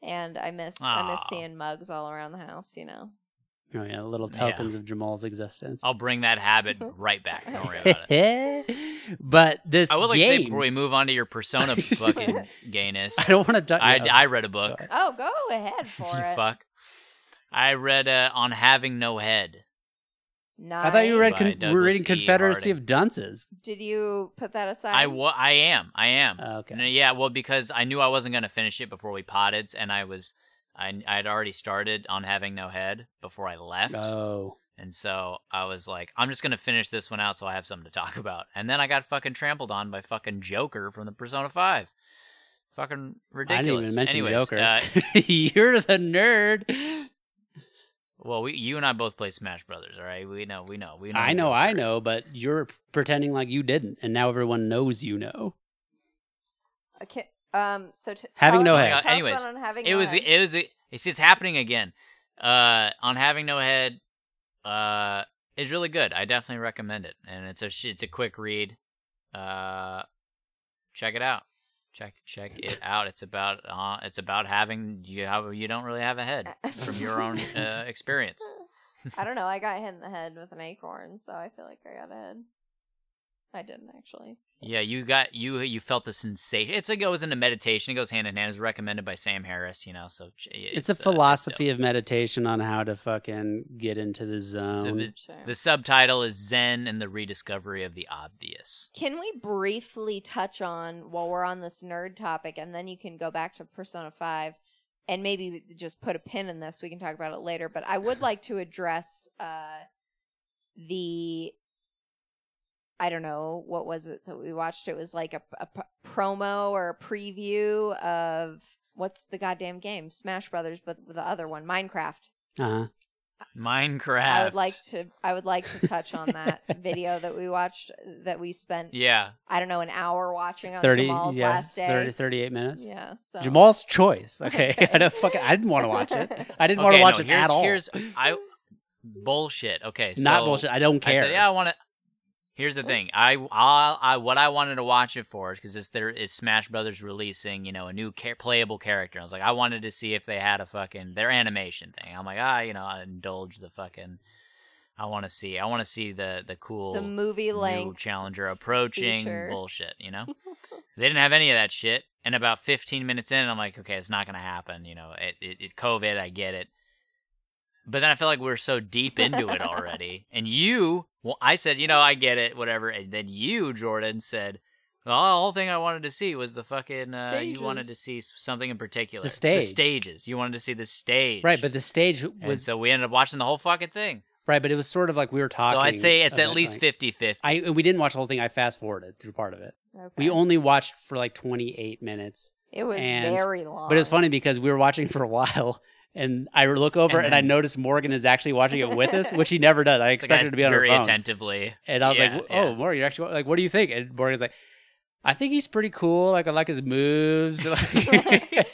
and i miss i miss Aw. seeing mugs all around the house you know Oh, yeah, little Yeah. tokens of Jamal's existence. I'll bring that habit right back. Don't worry about it. but this I would like to say game, before we move on to your persona fucking gayness, I don't want to. duck. I, I read a book. ahead. oh go ahead You for it fuck. I read uh, on having no head. Nice. I thought you read By con- we're Douglas reading E. Confederacy Harding. of Dunces. did you put that aside I wa- I am. I am. Oh, Okay. No, yeah, well, because I knew I wasn't gonna finish it before we potted, and I was, I I'd already started on having no head before I left, Oh, And so I was like, I'm just gonna finish this one out so I have something to talk about. And then I got fucking trampled on by fucking Joker from the Persona Five. Fucking ridiculous. I didn't even mention Anyways, Joker. uh, You're the nerd. well, we, you and I both play Smash Brothers, all right? We know, we know, we know. I who know, Joker I is. know, but you're pretending like you didn't, and now everyone knows you know. Okay. Um. So t- Having tell no us- head. tell us Anyways, about on having it no was head. it was it's, it's happening again uh on having no head uh is really good i definitely recommend it and it's a sh- it's a quick read uh check it out check check it out it's about uh, it's about having you have you don't really have a head from your own uh, experience I don't know. I got hit in the head with an acorn, so I feel like I got a head. I didn't actually. yeah you got you you felt the sensation it's like it goes into meditation it goes hand in hand it's recommended by sam harris you know so ch- It's, a uh, dope. philosophy of meditation on how to fucking get into the zone. bit- Sure. the subtitle is zen and the rediscovery of the obvious Can we briefly touch on while we're on this nerd topic, and then you can go back to Persona 5 and maybe just put a pin in this? We can talk about it later, but I would like to address uh, the. I don't know what was it that we watched. It was like a, a p- promo or a preview of what's the goddamn game, Smash Brothers, but the other one, Minecraft. uh-huh. Minecraft. I would like to. I would like to touch on that video that we watched that we spent Yeah. I don't know, an hour watching on 30, Jamal's yeah, last day. 30, 38 minutes. Yeah. So. Jamal's choice. Okay. I, don't fucking, I didn't want to watch it. I didn't want okay, to watch no, it here's, at all. Here's I bullshit. Okay, so Not bullshit. I don't I care. said, yeah, I want to. Here's the thing. I, I, I, what I wanted to watch it for is because it's there is Smash Brothers releasing, you know, a new cha- playable character. I was like, I wanted to see if they had a fucking their animation thing. I'm like, ah, you know, I indulge the fucking. I want to see. I want to see the the Oh, cool the movie new length. challenger approaching feature. bullshit, you know? they didn't have any of that shit. And about 15 minutes in, I'm like, okay, it's not going to happen. You know, it, it, it's COVID. I get it. But then I feel like we're so deep into it already. And you, well, I said, you know, I get it, whatever. And then you, Jordan, said, the whole thing I wanted to see was the fucking. Uh, you wanted to Stages. see something in particular. The stage. The stages. You wanted to see the stage. right, but the stage was And so we ended up watching the whole fucking thing. right, but it was sort of like we were talking. So I'd say it's of it, at least like- 50 50. I and we didn't watch the whole thing. I fast forwarded through part of it. Okay. We only watched for like 28 minutes. it was and- very long. But it's funny because we were watching for a while, and I look over And and, I then- noticed Morgan is actually watching it with us, which he never does. I It's like I expected her to be on her very phone. attentively. And I was Yeah, like, "Oh, yeah. Morgan, you're actually like, what do you think?" And Morgan's like, "I think he's pretty cool. Like, I like his moves."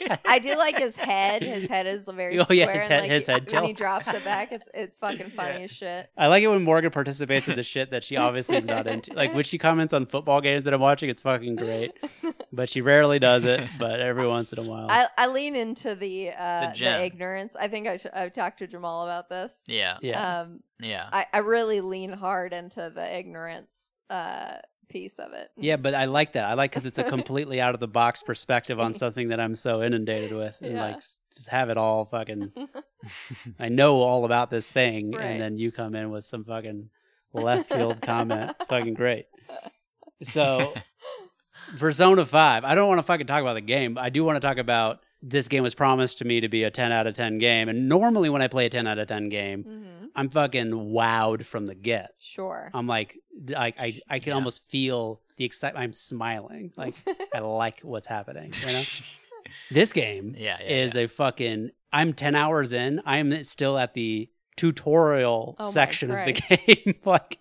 I do like his head. His head is very Oh, square. yeah, his and head- like, his head when he tilt. drops it back, it's it's fucking funny Yeah. as shit. I like it when Morgan participates in the shit that she obviously is not into. Like when she comments on football games that I'm watching, it's fucking great. But she rarely does it. But every once in a while, I, I lean into the uh, gem. the ignorance. I think I sh- I've talked to Jamal about this. Yeah. yeah. Um, Yeah. I, I really lean hard into the ignorance uh, piece of it. Yeah, but I like that. I like because it's a completely out of the box perspective on something that I'm so inundated with, and Yeah. like s- just have it all fucking. I know all about this thing, Right. and then you come in with some fucking left field comment. It's fucking great. So, Persona Five. I don't want to fucking talk about the game. But I do want to talk about this game was promised to me to be a 10 out of 10 game, and normally when I play a 10 out of 10 game, hmm I'm fucking wowed from the get. Sure. I'm like, I, I, I can Yeah. almost feel the excitement. I'm smiling. Like, I like what's happening. You know? this game yeah, yeah, is yeah. a fucking, I'm 10 hours in. I'm still at the tutorial Oh my section of the game. like,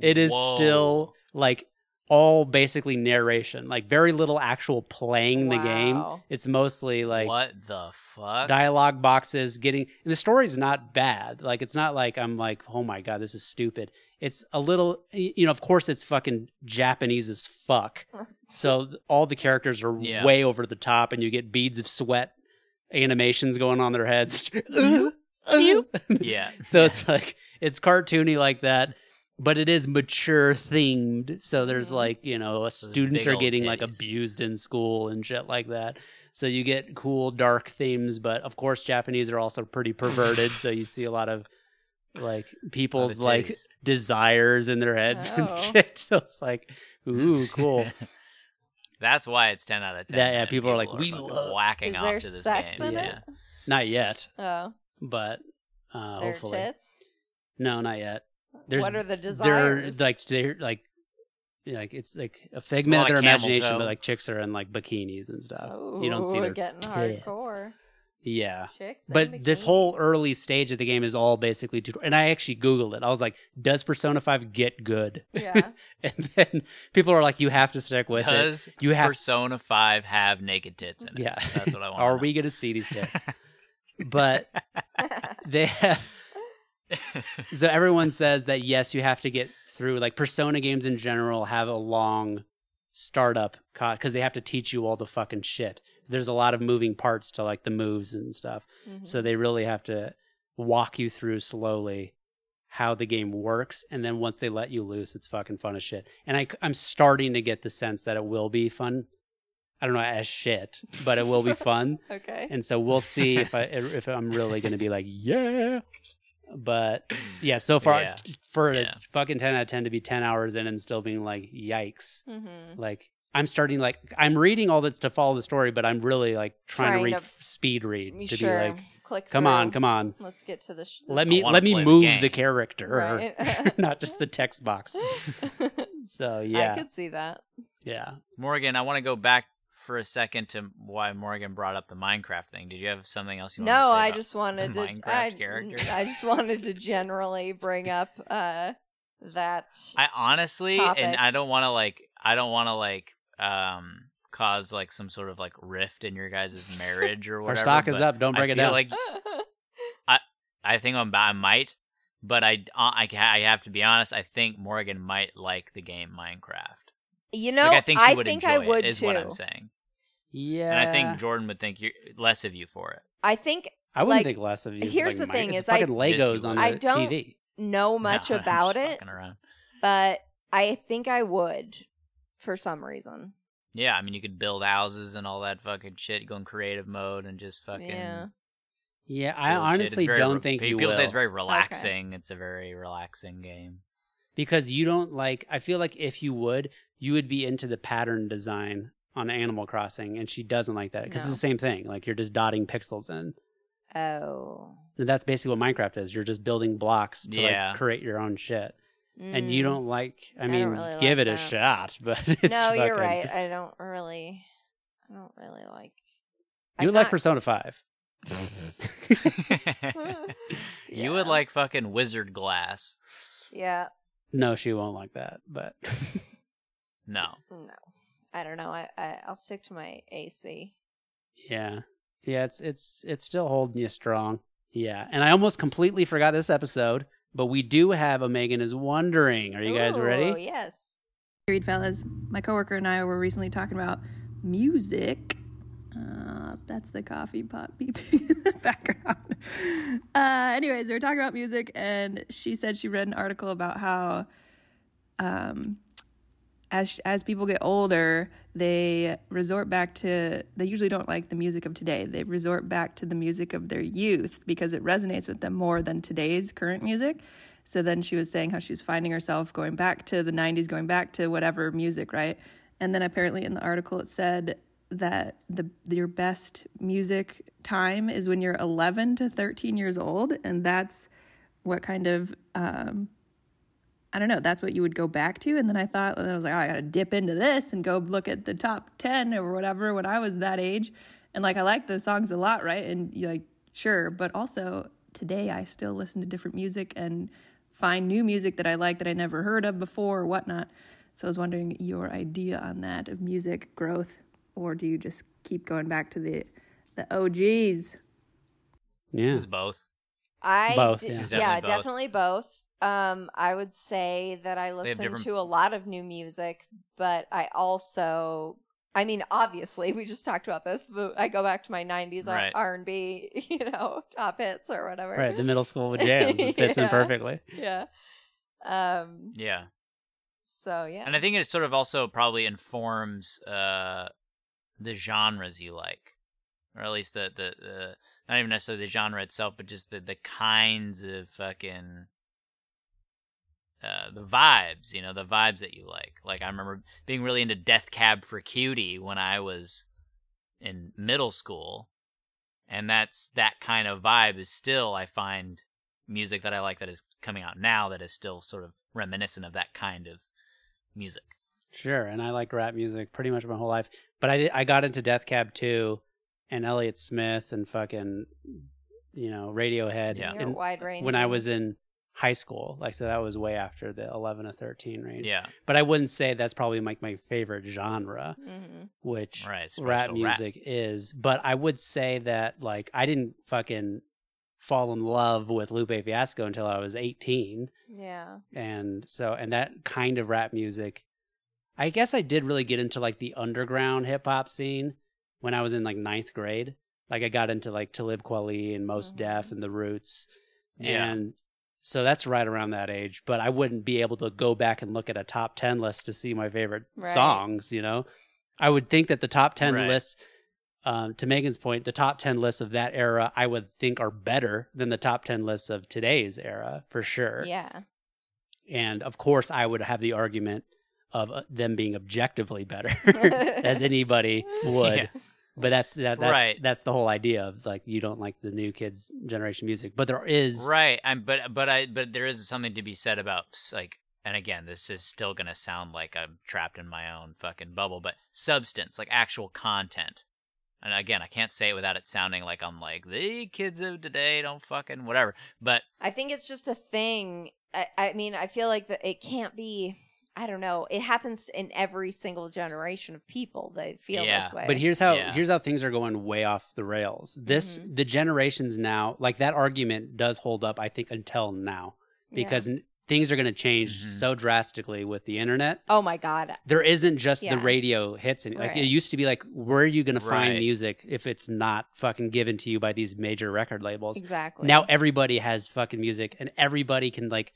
it is Whoa. still like all basically narration, like very little actual playing the game. Wow. It's mostly like what the fuck? dialogue boxes getting and the story's not bad like it's not like i'm like oh my god this is stupid it's a little y- you know of course it's fucking japanese as fuck so th- all the characters are Yeah. way over the top and you get beads of sweat animations going on their heads Uh, yeah. so it's like it's cartoony like that but it is mature themed so there's Mhm. like you know Those students Mm-hmm. big are old getting like titties. abused in school and shit like that so you get cool dark themes but of course japanese are also pretty perverted so you see a lot of like people's Other like titties. desires in their heads Oh. and shit so it's like ooh cool That's why it's ten out of ten. Yeah, yeah, man. people are like, we fucking love- whacking Is off there to this sex game. in yeah. it? not yet Oh, but uh their hopefully tits. No, not yet. There's- what are the They're desires? like they're like yeah, like it's like a figment Like of their camel imagination, toe. but like chicks are in like bikinis and stuff. you don't see Ooh, their getting tits. hardcore. yeah. Chicks in But this whole bikinis. early stage of the game is all basically tutorial. And I actually Googled it. I was like, does Persona 5 get good? yeah, And then people are like, you have to stick with it. Does You have Persona 5 have naked tits in it? Yeah. That's what I want. Are we going to see these tits? but Mm-hmm. they have. So everyone says that yes, you have to get through. Like Persona games in general have a long startup because they have to teach you all the fucking shit. There's a lot of moving parts to like the moves and stuff. Mhm. So they really have to walk you through slowly how the game works. And then once they let you loose, it's fucking fun as shit. And I, am starting to get the sense that it will be fun. I don't know as shit, but it will be fun. okay. And so we'll see if I if I'm really going to be like, yeah. But yeah, so far Yeah. for Yeah. a fucking 10 out of 10 to be 10 hours in and still being like, yikes. mm-hmm. Like I'm starting like I'm reading all that's to follow the story, but I'm really like trying, Trying to read to- speed read to sure. be like, Click. come on, through. come on. Let's get to the. Sh- Let I me wanna let play me the move game. the, character, Right. not just the text box. So yeah, I could see that. yeah. Morgan, I want to go back for a second to why Morgan brought up the Minecraft thing. Did you have something else you wanted to No, say I about- just wanted the to. Minecraft I, character? I just wanted to generally bring up uh, that. I honestly and topic. I don't want to like I don't want to like um cause like some sort of like rift in your guys' marriage or Our whatever. stock is but up. Don't I break it feel down. Like I think I'm I might, but I I ca- I have to be honest. I think Morgan might like the game Minecraft. you know, like I think she would think enjoy I would it. Is too. what I'm saying. yeah, And I think Jordan would think you less of you for it. I think I wouldn't like, think less of you. here's like, the Mike. thing it's is I- fucking Yes, Legos you on would. the I don't- TV. know No, I'm just much about it, fucking around. but I think I would for some reason. Yeah, I mean you could build houses and all that fucking shit. Go in creative mode and just fucking. Yeah. Yeah, I bullshit. It's honestly very don't re- think pe- you people will say it's very relaxing. It's a very relaxing game. because you don't like. I feel like if you would, you would be into the pattern design on Animal Crossing, and she doesn't like that because No. it's the same thing. Like you're just dotting pixels in. Oh. And that's basically what Minecraft is. You're just building blocks to Yeah. like create your own shit. And you Mm. don't like I don't mean, really give like it a that. shot, but it's no, you're fucking- right. I don't really. I don't really like. You I'm would like not- Persona Five. Yeah. You would like fucking wizard glass. Yeah. no, she won't like that, but No. No. I don't know. I, I I'll stick to my AC. Yeah. Yeah, it's it's it's still holding you strong. Yeah. And I almost completely forgot this episode, but we do have a Megan is wondering. Are you guys Ooh, ready? Yes. Read fellas, my coworker and I were recently talking about music. Uh, that's the coffee pot beeping in the background. Uh, anyways, they were talking about music, and she said she read an article about how, um, as as people get older, they resort back to they usually don't like the music of today. They resort back to the music of their youth because it resonates with them more than today's current music. So then she was saying how she was finding herself going back to the 90s, going back to whatever music, right? And then apparently in the article it said that the your best music time is when you're 11 to 13 years old and that's what kind of um I don't know. That's what you would go back to. And then I thought, and then I was like, oh, I got to dip into this and go look at the top 10 or whatever when I was that age. And like, I like those songs a lot, right? And you're like, sure. But also today, I still listen to different music and find new music that I like that I never heard of before or whatnot. So I was wondering your idea on that of music growth, or do you just keep going back to the, the OGs? Yeah. It's both. I Both, d- yeah. yeah, It's definitely both. definitely both. Um, I would say that I listen different- to a lot of new music, but I also, I mean, obviously, we just talked about this, but I go back to my '90s R- Right. R&B, you know, top hits or whatever. Right, the middle school jams just fits in Yeah. perfectly. yeah. Um. Yeah. So yeah. And I think it sort of also probably informs uh the genres you like. Or at least the, the, the not even necessarily the genre itself, but just the, the kinds of fucking uh, the vibes, you know, the vibes that you like. Like I remember being really into Death Cab for Cutie when I was in middle school, and that's that kind of vibe is still I find music that I like that is coming out now that is still sort of reminiscent of that kind of music. Sure, and I like rap music pretty much my whole life. But I did, I got into Death Cab too, and Elliott Smith and fucking you know Radiohead. Yeah. You're and wide range. when I was in high school, like so that was way after the eleven to thirteen range. Yeah, But I wouldn't say that's probably like my favorite genre, hmm which right. it's rap still rap. music is. But I would say that like I didn't fucking fall in love with Lupe Fiasco until I was eighteen Yeah. and so and that kind of rap music i guess i did really get into like the underground hip-hop scene when i was in like ninth grade like i got into like talib kweli and most Mhm. def and the roots Mm-hmm. Yeah. and so that's right around that age but i wouldn't be able to go back and look at a top 10 list to see my favorite Right. songs you know i would think that the top 10 Right. lists um, to megan's point the top 10 lists of that era i would think are better than the top 10 lists of today's era for sure Yeah. and of course, I would have the argument of uh, them being objectively better, as anybody would. Yeah. But that's that, that's Right. that's the whole idea of like you don't like the new kids generation music, but there is Right. I'm but but I but there is something to be said about s- like and again, this is still going to sound like I'm trapped in my own fucking bubble, but substance, like actual content. And again, I can't say it without it sounding like I'm like the kids of today don't fucking whatever. But I think it's just a thing. I, I mean, I feel like that it can't be. I don't know. It happens in every single generation of people. They feel Yeah, this way. But here's how Yeah. here's how things are going way off the rails. This Mhm. the generations now, like that argument does hold up, I think, until now Yeah. because n- things are going to change Mhm. so drastically with the internet. oh my god, there isn't just the Yeah. radio hits and like it Right. used to be like where are you going to find Right. music if it's not fucking given to you by these major record labels exactly. now everybody has fucking music and everybody can like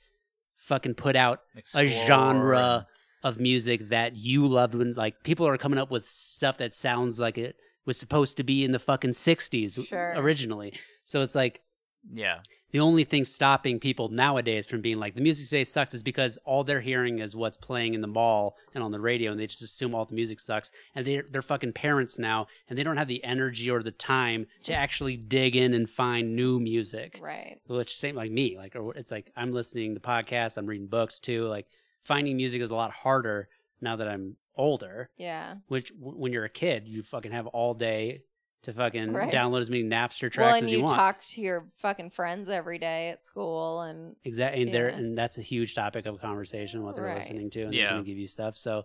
fucking put out explore a genre of music that you loved when like people are coming up with stuff that sounds like it was supposed to be in the fucking 60s Sure. originally so it's like and- yeah. the only thing stopping people nowadays from being like the music today sucks is because all they're hearing is what's playing in the mall and on the radio and they just assume all the music sucks and they're, they're fucking parents now and they don't have the energy or the time to actually dig in and find new music right? which same like me like or it's like i'm listening to podcasts i'm reading books too like finding music is a lot harder now that i'm older Yeah. which w- when you're a kid you fucking have all day to fucking Right. download as many napster tracks Well, and as you, you want talk to your fucking friends every day at school, and Exactly. And, they're Yeah. and that's a huge topic of conversation, what they're Right. listening to, and Yeah. they're going to give you stuff. So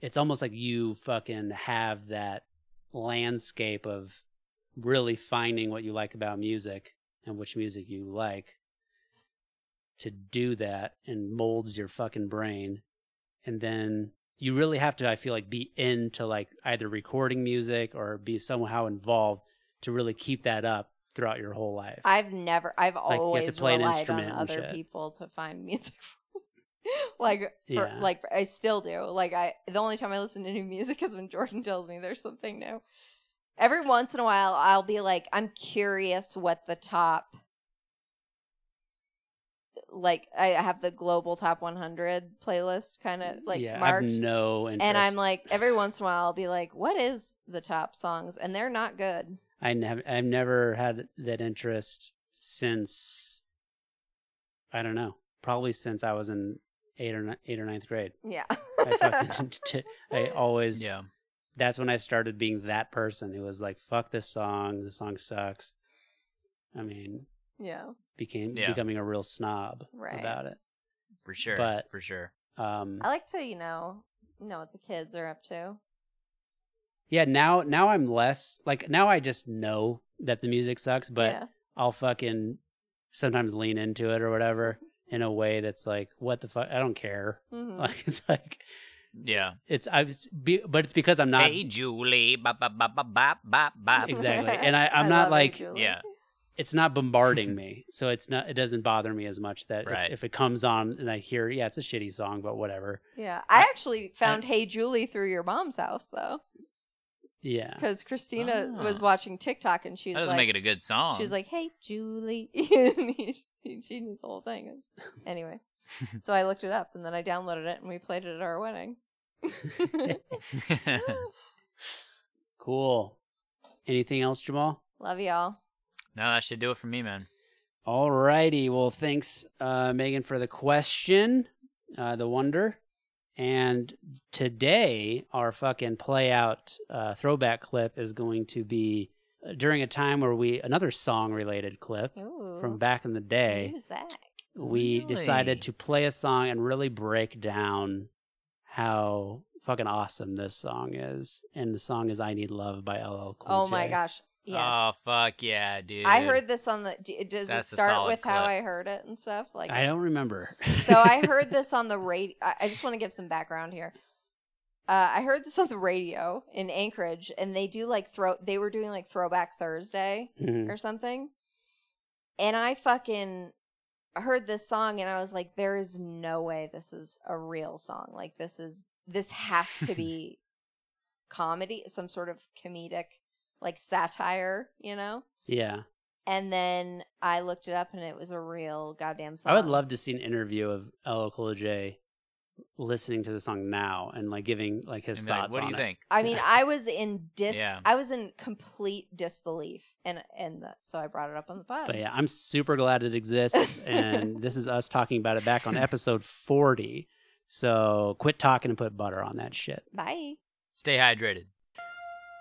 it's almost like you fucking have that landscape of really finding what you like about music and which music you like to do that and molds your fucking brain. And then you really have to, I feel like, be into like either recording music or be somehow involved to really keep that up throughout your whole life. I've never, I've you have to always play an relied on instrument and other shit. people to find music. for me. like, for, Yeah. like I still do. Like, I the only time I listen to new music is when Jordan tells me there's something new. Every once in a while, I'll be like, I'm curious what the top. Like I have the global top 100 playlist kind of like Mm. yeah, I have marked, no interest. and I'm like every once in a while I'll be like, what is the top songs? And they're not good. I never, I've never had that interest since. I don't know. Probably since I was in eight or ni- eight or ninth grade. Yeah. I fucking, did- I always. Yeah. That's when I started being that person who was like, "Fuck this song. This song sucks." I mean, yeah. became Yeah. becoming a real snob Right. about it. For sure. But- for sure. Um, Oh. I like to, you know, know what the kids are up to. yeah. Now, now I'm less like now. I just know that the music sucks, but yeah. I'll fucking sometimes lean into it or whatever in a way that's like, what the fuck? I don't care. Mhm. Like it's like Yeah. it's I've s- be, but it's because I'm not hey Julie. Bop bop bop bop bop bop bop. exactly, and I, I'm I love you, not like Julie. Yeah. it's not bombarding me, so it's not it doesn't bother me as much that if- Right. if, it comes on and I hear yeah it's a shitty song but whatever Yeah. I I- actually found Hey Julie through your mom's house though, yeah because Christina Ah. was watching TikTok and she That was doesn't like, make it a good song. she was like, Hey Julie, And he- she she knew the whole thing. Anyway, so I looked it up and then I downloaded it and we played it at our wedding. cool. Anything else, Jamal? Love y'all. no, that should do it for me, man. All righty. Well, thanks, uh, Megan, for the question, uh, the wonder. And today, our fucking play out uh, throwback clip is going to be uh, during a time where we, another song related clip Ooh. from back in the day, Music. we decided Really? to play a song and really break down how fucking awesome this song is. And the song is I Need Love by LL Cool Oh my J. gosh. Yes. Oh fuck yeah, dude! I heard this on the. d- Does That's it a start solid with how clip. I heard it and stuff? Like I don't remember. so I heard this on the radio. I I just want to give some background here. Uh, I heard this on the radio in Anchorage, and they do like throw. They were doing like Throwback Thursday Mhm. or something, and I fucking heard this song, and I was like, "There is no way this is a real song. Like this is this has to be comedy, some sort of comedic, like satire, you know." Yeah. And then I looked it up, and it was a real goddamn song. I would love to see an interview of LL Cool J listening to the song now and like giving like his And be like, thoughts what on do you it. think? I mean, I was in dis. Yeah. I was in complete disbelief, and and the, so I brought it up on the pod. But yeah, I'm super glad it exists, and this is us talking about it back on episode 40. So quit talking and put butter on that shit. Bye. Stay hydrated.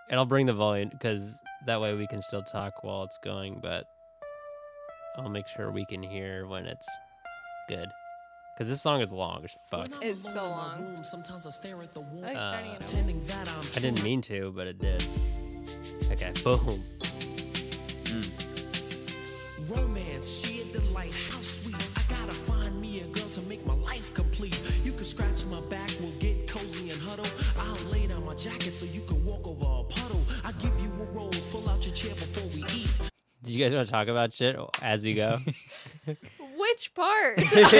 And I'll bring the volume because that way we can still talk while it's going, but I'll make sure we can hear when it's good. Because this song is long as fuck. It's so long. Sometimes I stare at the wall, Uh, pretending that I'm I didn't mean to, but it did. Okay, boom. romance. She a delight, how sweet. I gotta find me a girl to make my life complete. You can scratch my back, we'll get cozy and huddle. I'll lay down my jacket so you can walk over a puddle. I give you a rose, pull out your chair before we eat. Do you guys want to talk about shit as we go? Which part?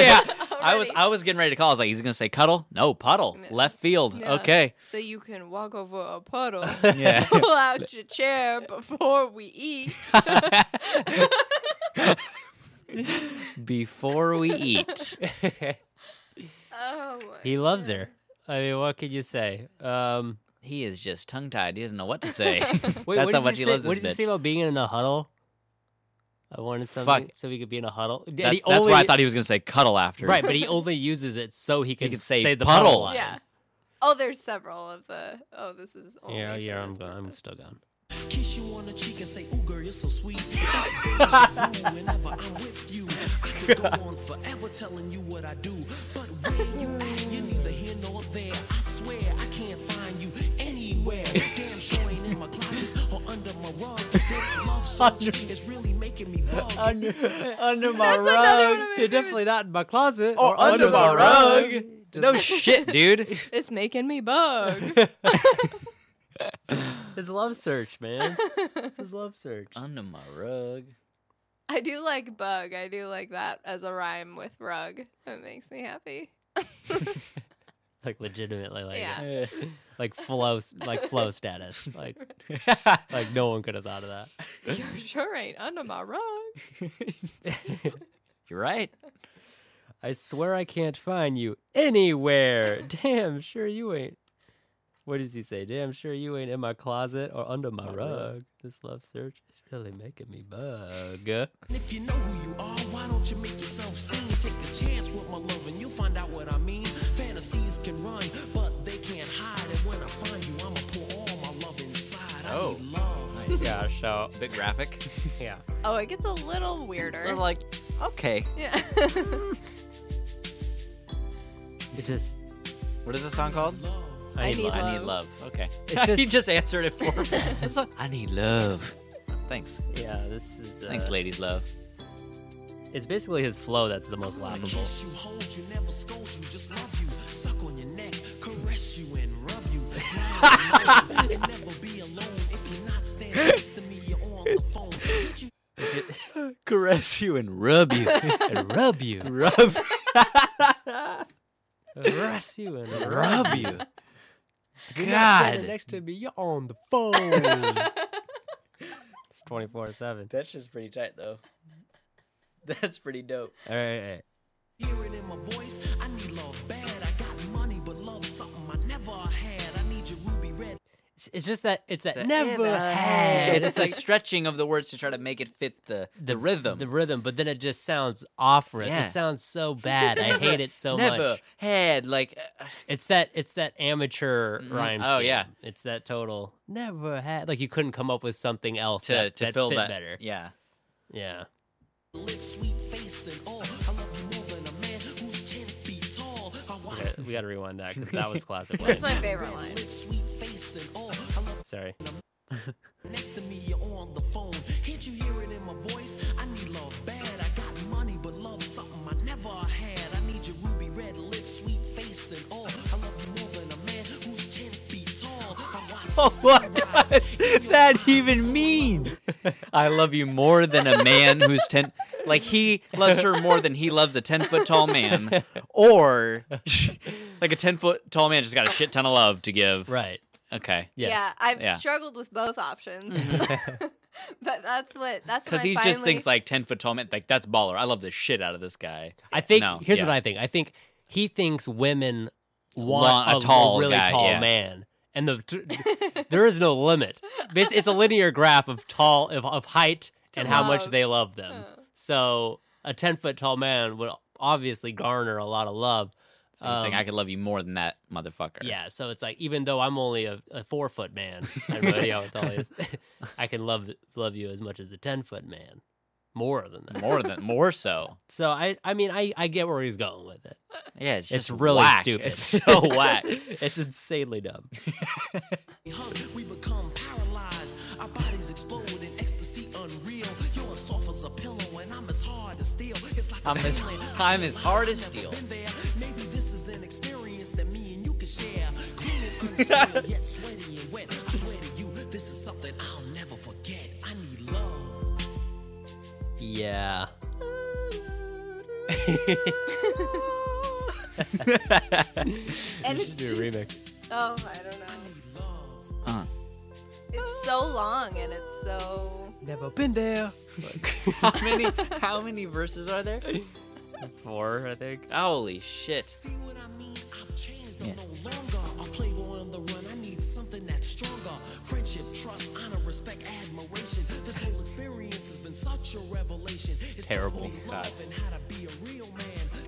Yeah, I was Already. I was getting ready to call. I was like, he's gonna say cuddle? No, puddle. No. Left field. Yeah. Okay. So you can walk over a puddle, Yeah. pull out your chair before we eat. Before we eat. Oh, my he loves her. I mean, what could you say? Um, He is just tongue tied. He doesn't know what to say. wait, That's what how does much he he say, loves What this did he say bitch. about being in a huddle? I wanted something Fuck. so we could be in a huddle. And That's, he that's only- why I thought he was gonna say cuddle after. Right, but he only uses it so he can, could say the puddle. puddle line. Yeah. Oh, there's several of the. Oh, this is. Only Yeah, for yeah, I'm this gone. I'm purpose. still gone. Kiss you on the cheek and say, Ooh, girl, you're so sweet. It's deja vu whenever I'm with you. I could go on forever telling you what I do. But where you at, you're neither here nor there. I swear I can't find you anywhere. Damn sure ain't in my closet or under my rug. This love search is really making me bug. Under, under my That's another one of my You're definitely not in my closet or, under my rug. No shit, dude. It's making me bug. His love search, man. It's his love search. Under my rug. I do like bug. I do like that as a rhyme with rug. That makes me happy. Like legitimately, like Yeah. it. like flow, like flow status. Like, like no one could have thought of that. You sure ain't under my rug. You're right. I swear I can't find you anywhere. Damn, sure you ain't. What does he say? Damn, sure you ain't in my closet or under my rug. This love search is really making me bug. And if you know who you are, why don't you make yourself seen? Take a chance with my love and you'll find out what I mean. Fantasies can run, but they can't hide. And when I find you, I'ma pour all my love inside. Oh. I need love. Yeah, so Bit graphic. yeah. Oh, it gets a little weirder. We're like, okay. yeah. It just What is this song called? I, I need need love. I need love. Love. Okay. It's just- he just answered it for me. It's like, I need love. Thanks. Yeah, this is uh, Thanks, ladies love. It's basically his flow that's the most I laughable. kiss you, hold you, never scold you, just love you. Suck on your neck, caress you, and rub you. Down, and never be alone if you're not standing next to me. You're on the phone. Get you Caress you and rub you. and rub you, rub. caress you, and rub you. You're not God. standing next to me. You're on the phone. it's twenty four seven. That's just pretty tight, though. That's pretty dope. All right, all right. hear it in my voice. I need love bad. I got money, but love something I never had. I need your ruby red It's- It's just that it's that The Never ever had. And it's like stretching of the words to try to make it fit the the, rhythm. the rhythm, but then it just sounds off-rhythm. Yeah. It sounds so bad. I hate it so Never much. had like uh, It's that it's that amateur Mhm. rhyme. Oh, scheme. yeah. it's that total never had. Like you couldn't come up with something else to that, to that fill fit that better. Yeah. Yeah, Lip, sweet face, and all. I love you more than a man who's 10 feet tall. I We watch gotta- we got to rewind that because that was classic. That's line. my favorite line. lip, sweet face, and all. I love Sorry, Next to me, you're on the phone. Can't you hear it in my voice? I need love bad. I got money, but love something I never had. I need your ruby red lips, sweet face, and all. I love you more than a man who's ten feet tall. I watch Oh, the what sunrise does in your that eyes, that's all even I mean? I love you more than a man who's ten. Like he loves her more than he loves a ten foot tall man, or like a ten foot tall man just got a shit ton of love to give. right? Okay. Yes. Yeah, I've Yeah. struggled with both options. but that's what that's when I Because he finally just thinks like ten foot tall man, like that's baller. I love the shit out of this guy. I think No, here's yeah. what I think. I think he thinks women Long- want a a, tall really guy, tall yeah. man, and the t- there is no limit. This it's a linear graph of tall of, of height and how much love. they love them. Uh, So a ten foot tall man would obviously garner a lot of love. So he's saying Um, I could love you more than that motherfucker. Yeah, so it's like even though I'm only a, a four foot man, I don't know how tall he is, I can love love you as much as the ten foot man, more than that. More than more so. So I I mean I I get where he's going with it. Yeah. It's It's just really whack. stupid. It's so whack. it's insanely dumb. We hug, we become paralyzed. Our bodies explode in ecstasy, unreal. You're as soft as a pillow, and I'm as hard as steel. It's like a I'm as- feeling. I'm as hard as I've never steel. been there. Maybe this is an experience that me and you can share. Clean and unsealed, yet sweaty and wet. I swear to you, this is something I'll never forget. I need love. Yeah. and We it's should do a just- remix. Oh, I don't know. Uh. It's so long and it's so Never been there. how many? How many verses are there? Four, I think. Holy shit. See what I mean? I've changed. I'm no longer a playboy on the run. I need something that's stronger. Friendship, trust, honor, respect, admiration. This whole experience has been such a revelation. It's Terrible. Love and how to be a real man.